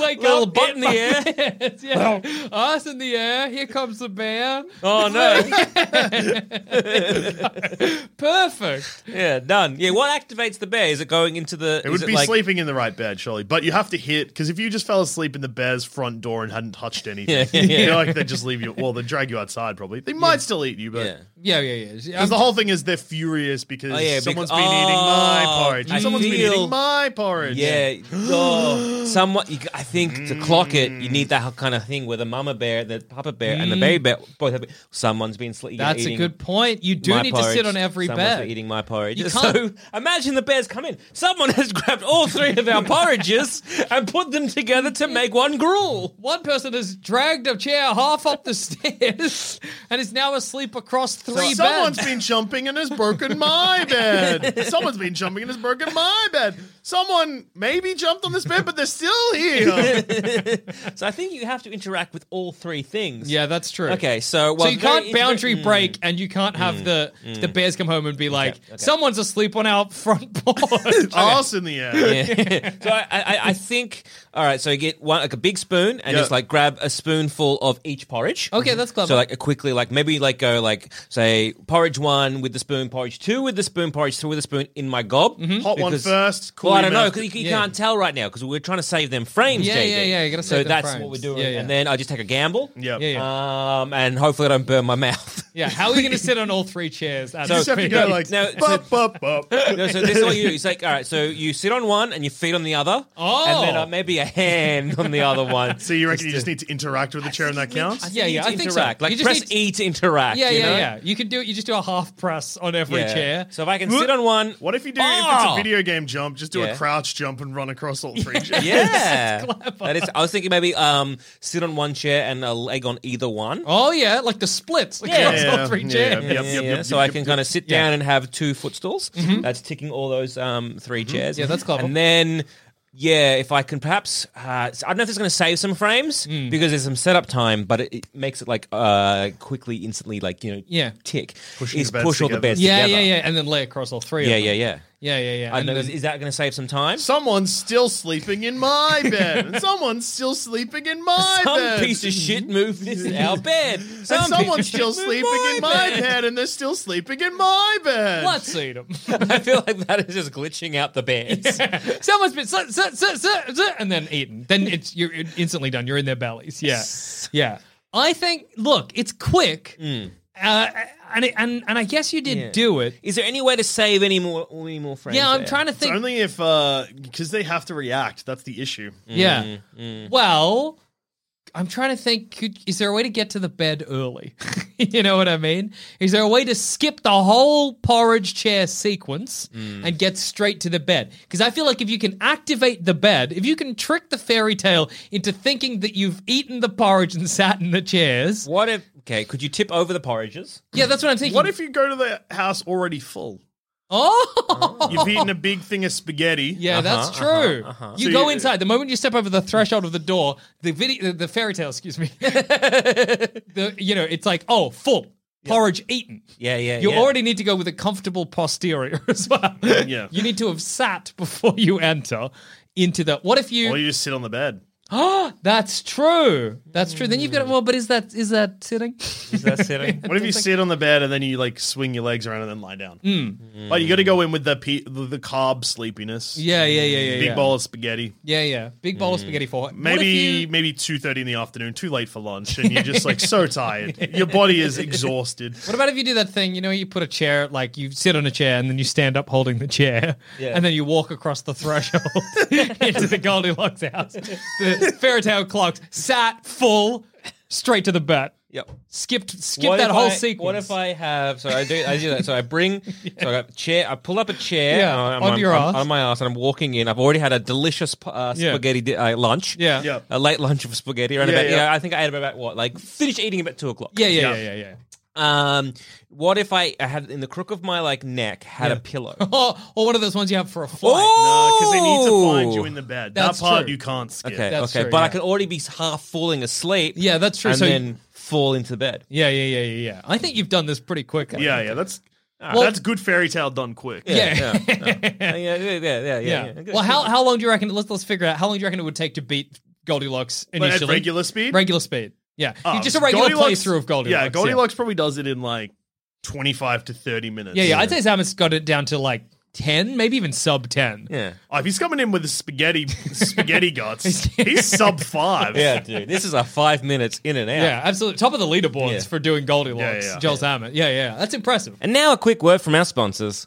Speaker 1: Wake
Speaker 3: little
Speaker 1: up,
Speaker 3: butt in the air.
Speaker 1: air. yeah. Us in the air. Here comes the bear.
Speaker 3: Oh no!
Speaker 1: Perfect.
Speaker 3: yeah, done. Yeah, what activates the bear? Is it going into the?
Speaker 2: It
Speaker 3: is
Speaker 2: would be
Speaker 3: like-
Speaker 2: sleeping in the right bed, surely. But you have to hit because if you just fell asleep in the bear's front door and hadn't touched anything,
Speaker 3: Yeah, yeah, yeah.
Speaker 2: you know, like they just leave you. Well, they drag you outside probably. They might still eat you, but
Speaker 3: Yeah.
Speaker 1: Yeah, yeah, yeah.
Speaker 2: because the whole thing is they're furious because
Speaker 3: Oh, yeah,
Speaker 2: someone's
Speaker 3: because-
Speaker 2: been eating my
Speaker 3: Oh,
Speaker 2: porridge.
Speaker 3: I
Speaker 2: and Someone's been
Speaker 3: feel-
Speaker 2: eating my porridge.
Speaker 3: Yeah. oh, somewhat. You, I think to clock it, you need that kind of thing where the mama bear, the papa bear, and the baby bear both have. Someone's been sleeping.
Speaker 1: That's a good point. You do
Speaker 3: my
Speaker 1: need to
Speaker 3: porridge.
Speaker 1: sit on every
Speaker 3: Someone's
Speaker 1: bed.
Speaker 3: been eating my porridge.
Speaker 1: You
Speaker 3: So
Speaker 1: can't-
Speaker 3: imagine the bears come in. Someone has grabbed all three of our porridges and put them together to make one gruel.
Speaker 1: One person has dragged a chair half up the stairs and is now asleep across three
Speaker 2: Someone's
Speaker 1: beds.
Speaker 2: been jumping and has broken my bed. Someone's been jumping and has broken my bed. Someone maybe jumped on this bed, but they're still here.
Speaker 3: So I think you have to interact with all three things.
Speaker 1: yeah, that's true.
Speaker 3: Okay, so,
Speaker 1: so
Speaker 3: well,
Speaker 1: you
Speaker 3: very
Speaker 1: can't
Speaker 3: inter-
Speaker 1: boundary
Speaker 3: Mm.
Speaker 1: break, and you can't have the the bears come home and be like, "Someone's asleep on our front porch."
Speaker 2: Arse in the air.
Speaker 3: so I, I, I think all right. So you get one like a big spoon and
Speaker 2: Yeah.
Speaker 3: just like grab a spoonful of each porridge.
Speaker 1: Okay, that's clever.
Speaker 3: So like quickly, like maybe like go like say porridge one with the spoon, porridge two with the spoon, porridge three with the spoon in my gob.
Speaker 2: Hot one
Speaker 3: Because-
Speaker 2: first. Cool.
Speaker 3: Well, I don't
Speaker 2: your
Speaker 3: know
Speaker 2: mouth.
Speaker 3: because you, you
Speaker 1: Yeah.
Speaker 3: can't tell right now because we're trying to save them frames.
Speaker 1: Yeah,
Speaker 3: JD.
Speaker 1: yeah, yeah, you gotta
Speaker 3: so
Speaker 1: save them
Speaker 3: that's
Speaker 1: frames.
Speaker 3: what we're doing,
Speaker 1: Yeah, yeah.
Speaker 3: and then I just take a gamble.
Speaker 2: Yep.
Speaker 1: Yeah, yeah.
Speaker 3: Um, and hopefully I don't burn my mouth.
Speaker 1: yeah, how are you going to sit on all three chairs? at
Speaker 2: You
Speaker 1: the
Speaker 2: just have to
Speaker 1: same
Speaker 2: go
Speaker 1: time?
Speaker 2: like
Speaker 3: Now-
Speaker 2: bop, bop, bop.
Speaker 3: No, so this is what you do. It's like, all right, so you sit on one and you feed on the other.
Speaker 1: Oh.
Speaker 3: And then uh, maybe a hand on the other one.
Speaker 2: So you reckon you just need to interact with the chair and that counts?
Speaker 1: yeah, yeah,
Speaker 3: to
Speaker 1: I think so.
Speaker 3: interact. Like
Speaker 1: You just
Speaker 3: press
Speaker 1: need to-
Speaker 3: E to interact.
Speaker 1: yeah,
Speaker 3: you
Speaker 1: yeah,
Speaker 3: know?
Speaker 1: yeah. You can do it. You just do a half press on every
Speaker 3: Yeah.
Speaker 1: chair.
Speaker 3: So if I can sit on one,
Speaker 2: What if you do if it's
Speaker 3: Oh!
Speaker 2: a video game jump, just do
Speaker 3: Yeah.
Speaker 2: a crouch jump and run across all three chairs?
Speaker 3: Yeah, that is. I was thinking maybe um, sit on one chair and a leg on either one.
Speaker 1: Oh yeah, like the splits across
Speaker 3: Yeah.
Speaker 1: all three
Speaker 2: Yeah,
Speaker 1: chairs.
Speaker 2: yeah, Yep,
Speaker 3: Yeah,
Speaker 2: yep,
Speaker 3: yeah.
Speaker 2: yep,
Speaker 3: so
Speaker 2: yep,
Speaker 3: I
Speaker 2: yep,
Speaker 3: can
Speaker 2: yep. Mm-hmm.
Speaker 3: kind of sit down and have two footstools. That's ticking all those um, 3 chairs.
Speaker 1: Yeah, that's clever.
Speaker 3: And then, yeah, if I can perhaps, uh, I don't know if it's going to save some frames
Speaker 2: Mm.
Speaker 3: because there's some setup time, but it, it makes it like uh, quickly, instantly, like you know,
Speaker 1: Yeah.
Speaker 3: tick.
Speaker 2: Pushing
Speaker 3: is
Speaker 2: the beds
Speaker 3: push all the
Speaker 2: together.
Speaker 3: beds
Speaker 1: Yeah,
Speaker 3: together.
Speaker 1: yeah, yeah, and then lay across all three.
Speaker 3: yeah,
Speaker 1: of
Speaker 3: yeah,
Speaker 1: them.
Speaker 3: yeah.
Speaker 1: yeah, yeah, yeah.
Speaker 3: I
Speaker 1: And
Speaker 3: know,
Speaker 1: then-
Speaker 3: is, is that going to save some time?
Speaker 2: Someone's still sleeping in my bed. And someone's still sleeping in my
Speaker 3: Some
Speaker 2: bed.
Speaker 3: piece of shit moved this in our bed. Some
Speaker 2: and
Speaker 3: piece of
Speaker 2: someone's
Speaker 3: shit
Speaker 2: still
Speaker 3: moved
Speaker 2: sleeping in my bed. and they're still sleeping in my bed.
Speaker 1: Let's eat them.
Speaker 3: I feel like that is just glitching out the bears.
Speaker 1: Someone's been sit, sit, sit, sit, sit, and then eaten. Then it's you're instantly done. You're in their bellies. Yeah, yeah. I think. Look, it's quick, uh, and it, and and I guess you did
Speaker 3: Yeah.
Speaker 1: do it.
Speaker 3: Is there any way to save any more any more frames?
Speaker 1: Yeah, I'm
Speaker 3: there?
Speaker 1: trying to
Speaker 2: It's
Speaker 1: think.
Speaker 2: only if uh because they have to react. That's the issue.
Speaker 3: Mm.
Speaker 1: yeah. Well, I'm trying to think. Could, is there a way to get to the bed early? you know what I mean? Is there a way to skip the whole porridge chair sequence and get straight to the bed? Because I feel like if you can activate the bed, if you can trick the fairy tale into thinking that you've eaten the porridge and sat in the chairs,
Speaker 3: What if? Okay, could you tip over the porridges?
Speaker 1: yeah, that's what I'm thinking.
Speaker 2: What if you go to the house already full?
Speaker 1: Oh,
Speaker 2: You've eaten a big thing of spaghetti.
Speaker 1: Yeah, that's true. You
Speaker 2: Uh-huh, So
Speaker 1: go
Speaker 2: you-
Speaker 1: inside. The moment you step over the threshold of the door, the video, the, the fairy tale, excuse me, the, you know, it's like, oh, full porridge eaten.
Speaker 3: Yeah, yeah.
Speaker 1: You
Speaker 3: yeah.
Speaker 1: already need to go with a comfortable posterior as well.
Speaker 2: Yeah.
Speaker 1: You need to have sat before you enter into the. What if
Speaker 2: Or
Speaker 1: you?
Speaker 2: you just sit on the bed.
Speaker 1: That's true. That's true. Then you've got well, but is that is that sitting?
Speaker 3: Is that sitting?
Speaker 2: What if you sit on the bed and then you like swing your legs around and then lie down? Like you got to go in with the pe- the, the carb sleepiness.
Speaker 1: Hmm. yeah, yeah, yeah, yeah.
Speaker 2: Big
Speaker 1: yeah.
Speaker 2: bowl of spaghetti.
Speaker 1: Yeah, yeah. Big bowl of spaghetti for what
Speaker 2: Maybe
Speaker 1: if you-
Speaker 2: maybe two thirty in the afternoon, too late for lunch, and you're just like so tired. Your body is exhausted.
Speaker 1: What about if you do that thing? You know, you put a chair, like you sit on a chair, and then you stand up holding the chair,
Speaker 3: Yeah.
Speaker 1: and then you walk across the threshold into the Goldilocks house. The fairy tale clocks sat full, straight to the bed.
Speaker 3: Yep.
Speaker 1: Skipped, skipped
Speaker 3: What
Speaker 1: that
Speaker 3: if
Speaker 1: whole
Speaker 3: I-
Speaker 1: sequence.
Speaker 3: What if I have? So I do. I do that. So I bring. So I got a chair. I pull up a chair.
Speaker 1: Yeah,
Speaker 3: and I'm,
Speaker 1: on
Speaker 3: I'm-
Speaker 1: your ass.
Speaker 3: I'm- On my ass, and I'm walking in. I've already had a delicious uh,
Speaker 1: Yeah.
Speaker 3: spaghetti di- uh, lunch.
Speaker 1: Yeah.
Speaker 2: Yeah.
Speaker 3: A late lunch of spaghetti. Around
Speaker 2: Yeah,
Speaker 3: about. Yeah.
Speaker 2: yeah.
Speaker 3: I think I ate about what? Like finished eating about two o'clock.
Speaker 1: Yeah, yeah, yeah,
Speaker 2: Yeah.
Speaker 1: yeah, yeah.
Speaker 3: Um, what if I, I had in the crook of my like neck had a pillow?
Speaker 1: Or, or one of those ones you have for a flight.
Speaker 3: Oh!
Speaker 2: because they need to find you in the bed.
Speaker 1: Oh. That's
Speaker 2: that part
Speaker 1: true.
Speaker 2: you can't skip.
Speaker 3: Okay,
Speaker 1: That's
Speaker 3: okay,
Speaker 1: true,
Speaker 3: but I
Speaker 1: yeah.
Speaker 3: could already be half falling asleep.
Speaker 1: Yeah, that's true.
Speaker 3: And
Speaker 1: So-
Speaker 3: then fall into bed.
Speaker 1: Yeah, yeah, yeah, yeah, yeah. I think you've done this pretty quickly.
Speaker 2: Yeah, yeah, that's ah,
Speaker 1: Well-
Speaker 2: that's good fairy tale done quick.
Speaker 1: Yeah.
Speaker 3: yeah, yeah, yeah, yeah. yeah,
Speaker 1: Yeah.
Speaker 3: yeah. Good,
Speaker 1: Well, how,
Speaker 3: good.
Speaker 1: how long do you reckon? Let's let's figure out how long do you reckon it would take to beat Goldilocks
Speaker 2: but
Speaker 1: initially?
Speaker 2: at regular speed,
Speaker 1: Regular speed. Yeah,
Speaker 2: Oh,
Speaker 1: just a regular
Speaker 2: Goldilocks-
Speaker 1: playthrough of Goldilocks.
Speaker 2: Yeah, Goldilocks probably does it in like twenty-five to thirty minutes.
Speaker 1: Yeah, yeah. I'd say Samus got it down to like ten, maybe even sub ten.
Speaker 3: Yeah.
Speaker 2: Oh, if he's coming in with the spaghetti spaghetti guts, he's sub five.
Speaker 3: Yeah, dude. This is a five minutes in and out.
Speaker 1: Yeah, absolutely. Top of the leaderboards
Speaker 3: Yeah.
Speaker 1: for doing Goldilocks,
Speaker 2: Yeah, yeah, yeah.
Speaker 1: Joel Salmon. Yeah, yeah. That's impressive.
Speaker 3: And now a quick word from our sponsors.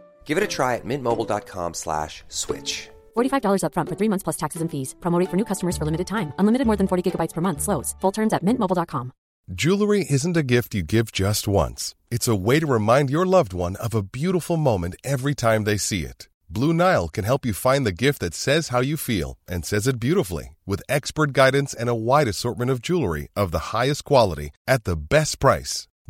Speaker 4: Give it a try at mintmobile.com slash switch.
Speaker 5: $45 upfront for three months plus taxes and fees. Promo rate for new customers for limited time. Unlimited more than 40 gigabytes per month. Slows. Full terms at mintmobile.com.
Speaker 6: Jewelry isn't a gift you give just once. It's a way to remind your loved one of a beautiful moment every time they see it. Blue Nile can help you find the gift that says how you feel and says it beautifully with expert guidance and a wide assortment of jewelry of the highest quality at the best price.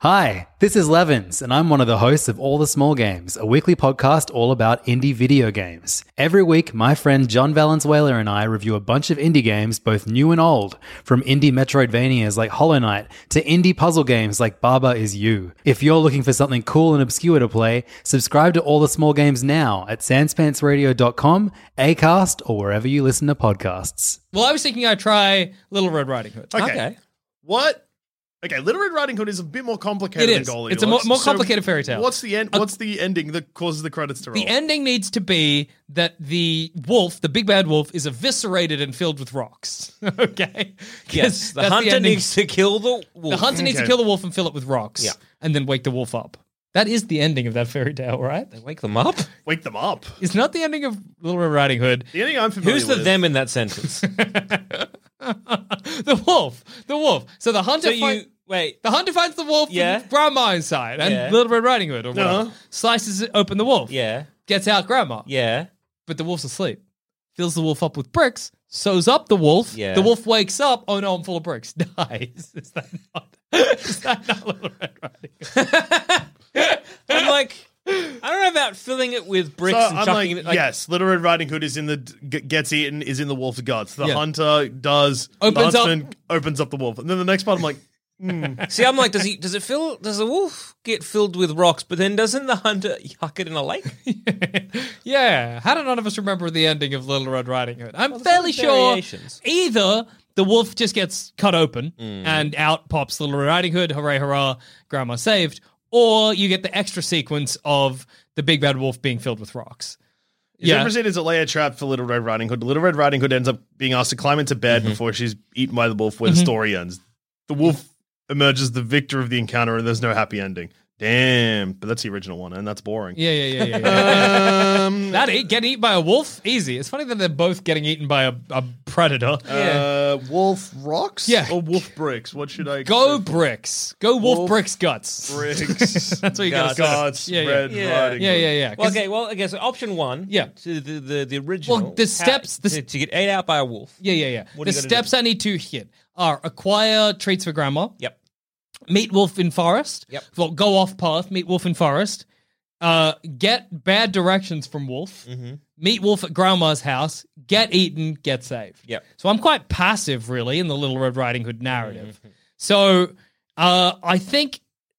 Speaker 7: Hi, this is Levins, and I'm one of the hosts of All the Small Games, a weekly podcast all about indie video games. Every week, my friend John Valenzuela and I review a bunch of indie games, both new and old, from indie Metroidvanias like Hollow Knight to indie puzzle games like Baba Is You. If you're looking for something cool and obscure to play, subscribe to All the Small Games now at sanspantsradio.com, Acast, or wherever you listen to podcasts.
Speaker 1: Well, I was thinking I'd try Little Red Riding Hood.
Speaker 2: Okay.
Speaker 3: Okay.
Speaker 2: What? Okay, Little Red Riding Hood is a bit more complicated
Speaker 1: It is.
Speaker 2: than Goldilocks.
Speaker 1: It's a more- more complicated fairy tale. Uh,
Speaker 2: What's the end? What's the ending that causes the credits to roll?
Speaker 1: The ending needs to be that the wolf, the big bad wolf, is eviscerated and filled with rocks. okay. 'Cause
Speaker 3: Yes, the
Speaker 1: that's
Speaker 3: hunter
Speaker 1: ending.
Speaker 3: needs to kill the wolf.
Speaker 1: The hunter needs to
Speaker 2: Okay.
Speaker 1: kill the wolf and fill it with rocks.
Speaker 3: Yeah.
Speaker 1: And then wake the wolf up. That is the ending of that fairy tale, right?
Speaker 3: Wake them up.
Speaker 2: Wake them up.
Speaker 1: It's not the ending of Little Red Riding Hood.
Speaker 2: The ending I'm familiar
Speaker 3: Who's the
Speaker 2: with.
Speaker 3: them in that sentence?
Speaker 1: the wolf. The wolf. So the hunter
Speaker 3: so
Speaker 1: fi-
Speaker 3: you wait.
Speaker 1: the hunter finds the wolf
Speaker 3: Yeah.
Speaker 1: with grandma inside and
Speaker 3: Yeah.
Speaker 1: Little Red Riding Hood or whatever.
Speaker 2: Uh-huh.
Speaker 1: Slices open the wolf.
Speaker 3: Yeah,
Speaker 1: Gets out grandma.
Speaker 3: yeah.
Speaker 1: but the wolf's asleep. Fills the wolf up with bricks, sews up the wolf.
Speaker 3: Yeah.
Speaker 1: The wolf wakes up. Oh no, I'm full of bricks. Dies. Is that not? Is that not Little Red Riding? Hood?
Speaker 3: I'm like, I don't know about filling it with bricks
Speaker 2: So
Speaker 3: and
Speaker 2: I'm
Speaker 3: chucking
Speaker 2: like,
Speaker 3: it. Like,
Speaker 2: yes, Little Red Riding Hood is in the g- gets eaten is in the wolf's guts. The
Speaker 1: Yeah.
Speaker 2: hunter does the
Speaker 1: Opens up-
Speaker 2: huntsman opens up the wolf, and then the next part I'm like,
Speaker 3: See, I'm like, does he? Does it fill? Does the wolf get filled with rocks? But then doesn't the hunter yuck it in a lake?
Speaker 1: yeah. How do none of us remember the ending of Little Red Riding Hood? I'm fairly sure
Speaker 3: variations.
Speaker 1: either the wolf just gets cut open and out pops Little Red Riding Hood. Hooray, hurrah! Grandma saved. Or you get the extra sequence of the big bad wolf being filled with rocks.
Speaker 2: is it presented as a layer trap for Little Red
Speaker 3: Mm-hmm.
Speaker 2: Riding Hood? Little Red Riding Hood ends up being asked to climb into bed before she's eaten by the wolf, where the story ends. The The wolf emerges the victor of the encounter, and there's no happy ending. Damn, but that's the original one, and that's boring.
Speaker 1: Yeah, yeah, yeah, yeah. yeah. that eat, getting eaten by a wolf, easy. It's funny that they're both getting eaten by a, a predator.
Speaker 2: Uh, wolf rocks.
Speaker 1: Yeah.
Speaker 2: or wolf bricks. What should I
Speaker 1: Go bricks. Go wolf,
Speaker 2: Wolf
Speaker 1: bricks guts.
Speaker 2: bricks?
Speaker 1: That's what you gotta say.
Speaker 2: Guts,
Speaker 1: Yeah, yeah.
Speaker 2: Red
Speaker 1: Yeah.
Speaker 2: Riding
Speaker 1: Yeah,
Speaker 2: Hood.
Speaker 1: yeah, yeah.
Speaker 3: Well,
Speaker 1: 'Cause-
Speaker 3: okay, well, okay, so option one.
Speaker 1: Yeah.
Speaker 3: To the, the, the original.
Speaker 1: Well, the
Speaker 3: ha-
Speaker 1: steps- the-
Speaker 3: to, to get ate out by a wolf.
Speaker 1: Yeah, yeah, yeah.
Speaker 3: What
Speaker 1: the
Speaker 3: do you gotta
Speaker 1: steps I need to hit are acquire treats for grandma,
Speaker 3: Yep.
Speaker 1: meet wolf in forest,
Speaker 3: Yep.
Speaker 1: well, go off path, meet wolf in forest, uh, get bad directions from wolf,
Speaker 3: Mm-hmm.
Speaker 1: meet wolf at grandma's house, get eaten, get saved.
Speaker 3: Yep.
Speaker 1: So I'm quite passive, really, in the Little Red Riding Hood narrative.
Speaker 3: Mm-hmm.
Speaker 1: So uh, I think,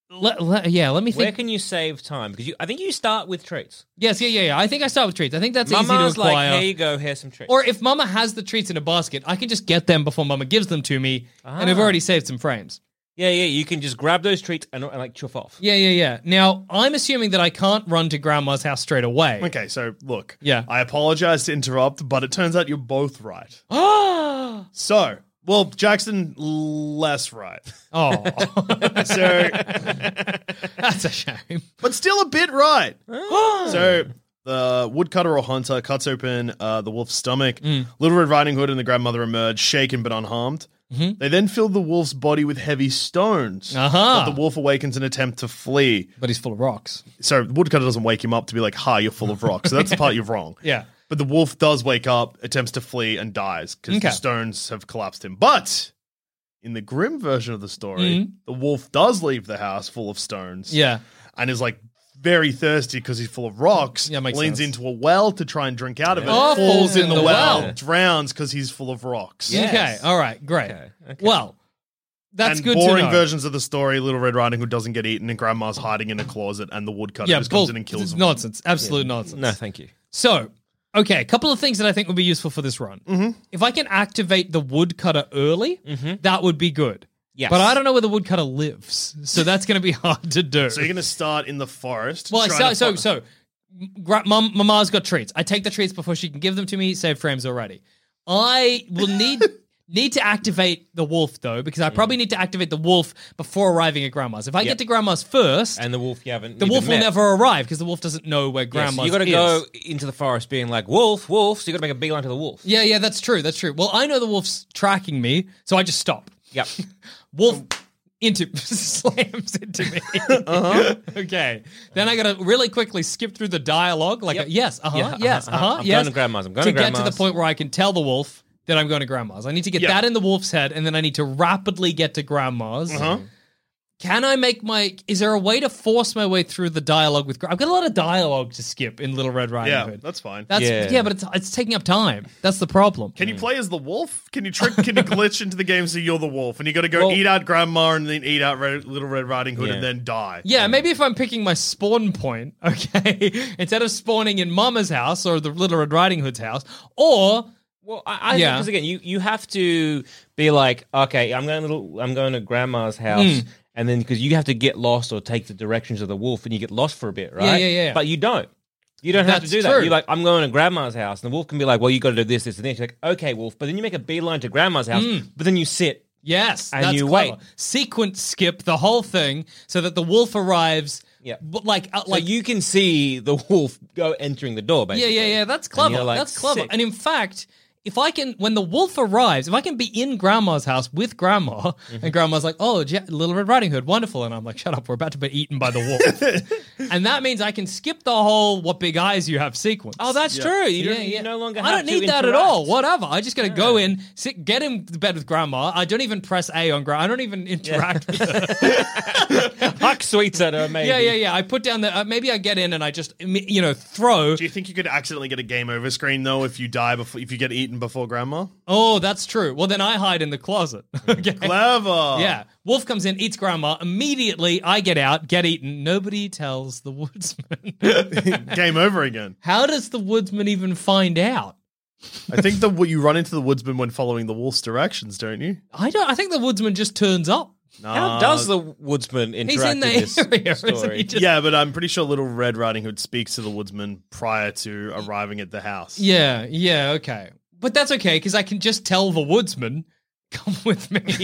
Speaker 1: le- le- yeah, let me
Speaker 3: Where
Speaker 1: think.
Speaker 3: can you save time? Because you, I think you start with treats.
Speaker 1: yes, yeah, yeah, yeah. I think I start with treats. I think that's easy
Speaker 3: Mama's
Speaker 1: to acquire.
Speaker 3: like, here you go, here's some treats.
Speaker 1: Or if Mama has the treats in a basket, I can just get them before Mama gives them to me, and
Speaker 2: Ah.
Speaker 1: I've already saved some frames.
Speaker 3: yeah, yeah, you can just grab those treats and, and like chuff off.
Speaker 1: Yeah, yeah, yeah. Now I'm assuming that I can't run to Grandma's house straight away.
Speaker 2: Okay, so look.
Speaker 1: Yeah.
Speaker 2: I apologize to interrupt, but it turns out you're both right. so, well, Jackson less right.
Speaker 1: Oh,
Speaker 2: So,
Speaker 1: that's a shame.
Speaker 2: but still a bit right. so, the woodcutter or hunter cuts open uh, the wolf's stomach.
Speaker 1: Mm.
Speaker 2: Little Red Riding Hood and the grandmother emerge, shaken but unharmed. They then fill the wolf's body with heavy stones.
Speaker 1: Mm-hmm. Uh-huh.
Speaker 2: But the wolf awakens an attempt to flee.
Speaker 1: But he's full of rocks.
Speaker 2: So, the woodcutter doesn't wake him up to be like, "Hi, you're full of rocks." So that's the part you're wrong.
Speaker 1: Yeah.
Speaker 2: But the wolf does wake up, attempts to flee, and dies because
Speaker 1: Okay.
Speaker 2: the stones have collapsed him. But in the grim version of the story, the wolf does leave the house full of stones.
Speaker 1: Mm-hmm. Yeah.
Speaker 2: And is like very thirsty because he's full of rocks.
Speaker 1: Yeah, makes
Speaker 2: leans
Speaker 1: sense.
Speaker 2: into a well to try and drink out of it.
Speaker 1: Oh,
Speaker 2: falls in the, well, drowns because he's full of rocks.
Speaker 1: Okay. All right. Great. Well, that's
Speaker 2: and
Speaker 1: good.
Speaker 2: boring
Speaker 1: to know.
Speaker 2: versions of the story, Little Red Riding Hood doesn't get eaten and grandma's hiding in a closet and the woodcutter
Speaker 1: Yeah.
Speaker 2: just
Speaker 1: bull-
Speaker 2: comes in and kills him.
Speaker 1: nonsense. Absolute nonsense.
Speaker 3: No, thank you.
Speaker 1: So, okay, a couple of things that I think would be useful for this run.
Speaker 3: Mm-hmm.
Speaker 1: If I can activate the woodcutter early, that would be good.
Speaker 3: Yes.
Speaker 1: But I don't know where the woodcutter lives, so that's going to be hard to do.
Speaker 2: So you're going to start in the forest.
Speaker 1: well, I
Speaker 2: trying
Speaker 1: so
Speaker 2: to fi-
Speaker 1: so so. gra- Mum, Mama's got treats. I take the treats before she can give them to me. Save frames already. I will need need to activate the wolf though, because
Speaker 3: Mm.
Speaker 1: I probably need to activate the wolf before arriving at Grandma's. If I get to Grandma's first,
Speaker 3: And the wolf you haven't.
Speaker 1: the
Speaker 3: even
Speaker 1: wolf will
Speaker 3: met.
Speaker 1: never arrive because the wolf doesn't know where
Speaker 3: Yeah,
Speaker 1: Grandma's.
Speaker 3: so you got to
Speaker 1: is.
Speaker 3: go into the forest being like, wolf, wolf. So you got to make a beeline to the wolf.
Speaker 1: Yeah, yeah, that's true. That's true. Well, I know the wolf's tracking me, so I just stop.
Speaker 3: Yep.
Speaker 1: Wolf into slams into me.
Speaker 3: Uh-huh.
Speaker 1: Okay. Then I gotta really quickly skip through the dialogue. Like,
Speaker 3: Yep.
Speaker 1: yes, uh huh,
Speaker 3: Yeah,
Speaker 1: yes, uh
Speaker 3: uh-huh,
Speaker 1: huh,
Speaker 3: I'm
Speaker 1: yes.
Speaker 3: going to grandma's, I'm going
Speaker 1: to
Speaker 3: to
Speaker 1: get to the
Speaker 3: grandma's.
Speaker 1: point where I can tell the wolf that I'm going to grandma's. I need to get
Speaker 2: Yeah.
Speaker 1: that in the wolf's head, and then I need to rapidly get to grandma's.
Speaker 3: Uh-huh.
Speaker 2: Uh-huh.
Speaker 1: Can I make my? Is there a way to force my way through the dialogue with? Gra- I've got a lot of dialogue to skip in Little Red Riding
Speaker 2: Yeah,
Speaker 1: Hood.
Speaker 2: that's fine.
Speaker 1: That's yeah.
Speaker 3: Yeah.
Speaker 1: but it's it's taking up time. That's the problem.
Speaker 2: Can you play as the wolf? Can you trick? Can you glitch into the game so you're the wolf and you got to go
Speaker 3: Well-
Speaker 2: eat out grandma and then eat out Red, Little Red Riding Hood
Speaker 3: Yeah.
Speaker 2: and then die?
Speaker 1: Yeah, maybe if I'm picking my spawn point, okay, instead of spawning in Mama's house or the Little Red Riding Hood's house, or
Speaker 3: Well, I, I
Speaker 1: Yeah.
Speaker 3: because again, you, you have to be like, okay, I'm going to little, I'm going to grandma's house,
Speaker 1: Hmm.
Speaker 3: and then because you have to get lost or take the directions of the wolf, and you get lost for a bit, right?
Speaker 1: yeah, yeah.
Speaker 3: But you don't. You don't have to
Speaker 1: That's
Speaker 3: do
Speaker 1: true.
Speaker 3: that. You're like, I'm going to grandma's house, and the wolf can be like, well, you got to do this, this, and this. You're like, okay, wolf. But then you make a beeline to grandma's house,
Speaker 1: Hmm.
Speaker 3: but then you sit.
Speaker 1: yes,
Speaker 3: And
Speaker 1: that's
Speaker 3: you
Speaker 1: clever.
Speaker 3: wait.
Speaker 1: sequence skip the whole thing so that the wolf arrives.
Speaker 3: Yeah.
Speaker 1: but like uh,
Speaker 3: Like
Speaker 1: like
Speaker 3: you can see the wolf go entering the door,
Speaker 1: Yeah,
Speaker 3: basically.
Speaker 1: yeah, yeah. That's
Speaker 3: And you're
Speaker 1: clever.
Speaker 3: like,
Speaker 1: that's clever.
Speaker 3: sick.
Speaker 1: And in fact, if I can, when the wolf arrives, if I can be in grandma's house with grandma, and grandma's like, oh, Ja- Little Red Riding Hood, wonderful. And I'm like, shut up, we're about to be eaten by the wolf. and that means I can skip the whole what big eyes you have sequence.
Speaker 3: Oh, that's true. You,
Speaker 1: Yeah,
Speaker 3: don't,
Speaker 1: yeah.
Speaker 3: you no longer.
Speaker 1: I
Speaker 3: have
Speaker 1: don't
Speaker 3: to
Speaker 1: need that at
Speaker 3: interact.
Speaker 1: all. Whatever. I just got to go in, sit, get in bed with grandma. I don't even press A on grandma. I don't even interact with her.
Speaker 3: Huck sweets at her, maybe.
Speaker 1: Yeah, yeah, yeah. I put down the. Uh, maybe I get in and I just, you know, throw.
Speaker 2: Do you think you could accidentally get a game over screen though if you die before if you get eaten before grandma?
Speaker 1: Oh, that's true. Well, then I hide in the closet.
Speaker 3: Mm-hmm.
Speaker 1: okay.
Speaker 2: Clever.
Speaker 1: Eh, Yeah. Wolf comes in, eats grandma. Immediately, I get out, get eaten. Nobody tells the woodsman.
Speaker 2: Game over again.
Speaker 1: How does the woodsman even find out?
Speaker 2: I think the you run into the woodsman when following the wolf's directions, don't you?
Speaker 1: I don't. I think the woodsman just turns up.
Speaker 3: How does the woodsman interact
Speaker 1: Uh, He's in the
Speaker 3: with this
Speaker 1: area, isn't
Speaker 3: story?
Speaker 1: he? Just,
Speaker 2: yeah, but I'm pretty sure Little Red Riding Hood speaks to the woodsman prior to arriving at the house.
Speaker 1: yeah, yeah, okay. But that's okay because I can just tell the woodsman Come with me.
Speaker 2: Wait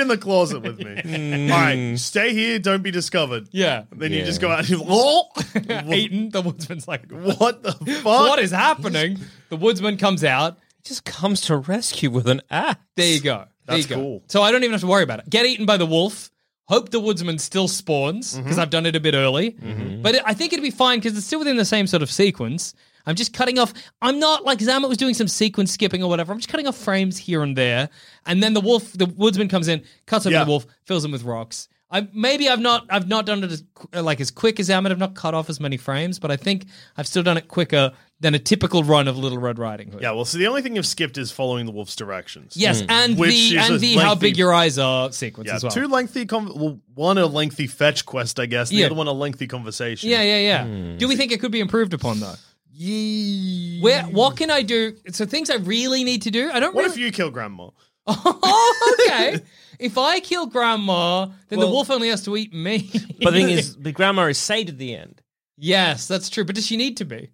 Speaker 2: in the closet with me. All right, stay here. Don't be discovered.
Speaker 1: Mm. Yeah.
Speaker 2: Then you
Speaker 1: Yeah.
Speaker 2: just go out and oh,
Speaker 1: Eaten. The woodsman's like,
Speaker 2: what the fuck?
Speaker 1: What is happening? The woodsman comes out.
Speaker 3: just comes to rescue with an axe.
Speaker 1: There you go. There
Speaker 2: That's
Speaker 1: you go.
Speaker 2: cool.
Speaker 1: So I don't even have to worry about it. Get eaten by the wolf. Hope the woodsman still spawns because
Speaker 2: Mm-hmm.
Speaker 1: I've done it a bit early. But it, I think it'd be fine because it's still within the same sort of sequence. I'm just cutting off. I'm not like Zamet was doing some sequence skipping or whatever. I'm just cutting off frames here and there, and then the wolf, the woodsman comes in, cuts open
Speaker 2: Yeah.
Speaker 1: the wolf, fills him with rocks. I maybe I've not I've not done it as qu- uh, like as quick as Zamet. I've not cut off as many frames, but I think I've still done it quicker than a typical run of Little Red Riding Hood.
Speaker 2: Yeah, well, so the only thing you've skipped is following the wolf's directions.
Speaker 1: Yes,
Speaker 3: Mm.
Speaker 1: and
Speaker 2: Which is
Speaker 1: the
Speaker 2: a
Speaker 1: and the how
Speaker 2: lengthy-
Speaker 1: big your eyes are sequence
Speaker 2: Yeah,
Speaker 1: as well.
Speaker 2: two lengthy, con- well, one a lengthy fetch quest, I guess. The
Speaker 1: Yeah.
Speaker 2: other one a lengthy conversation.
Speaker 1: yeah, yeah, yeah.
Speaker 3: Mm.
Speaker 1: Do we think it could be improved upon though? Where what can I do? So things I really need to do. I don't.
Speaker 2: What
Speaker 1: really,
Speaker 2: if you kill grandma?
Speaker 1: oh, okay. if I kill grandma, then the
Speaker 3: Well-
Speaker 1: wolf only has to eat me.
Speaker 3: But the thing is, the grandma is saved at the end.
Speaker 1: yes, that's true. But does she need to be?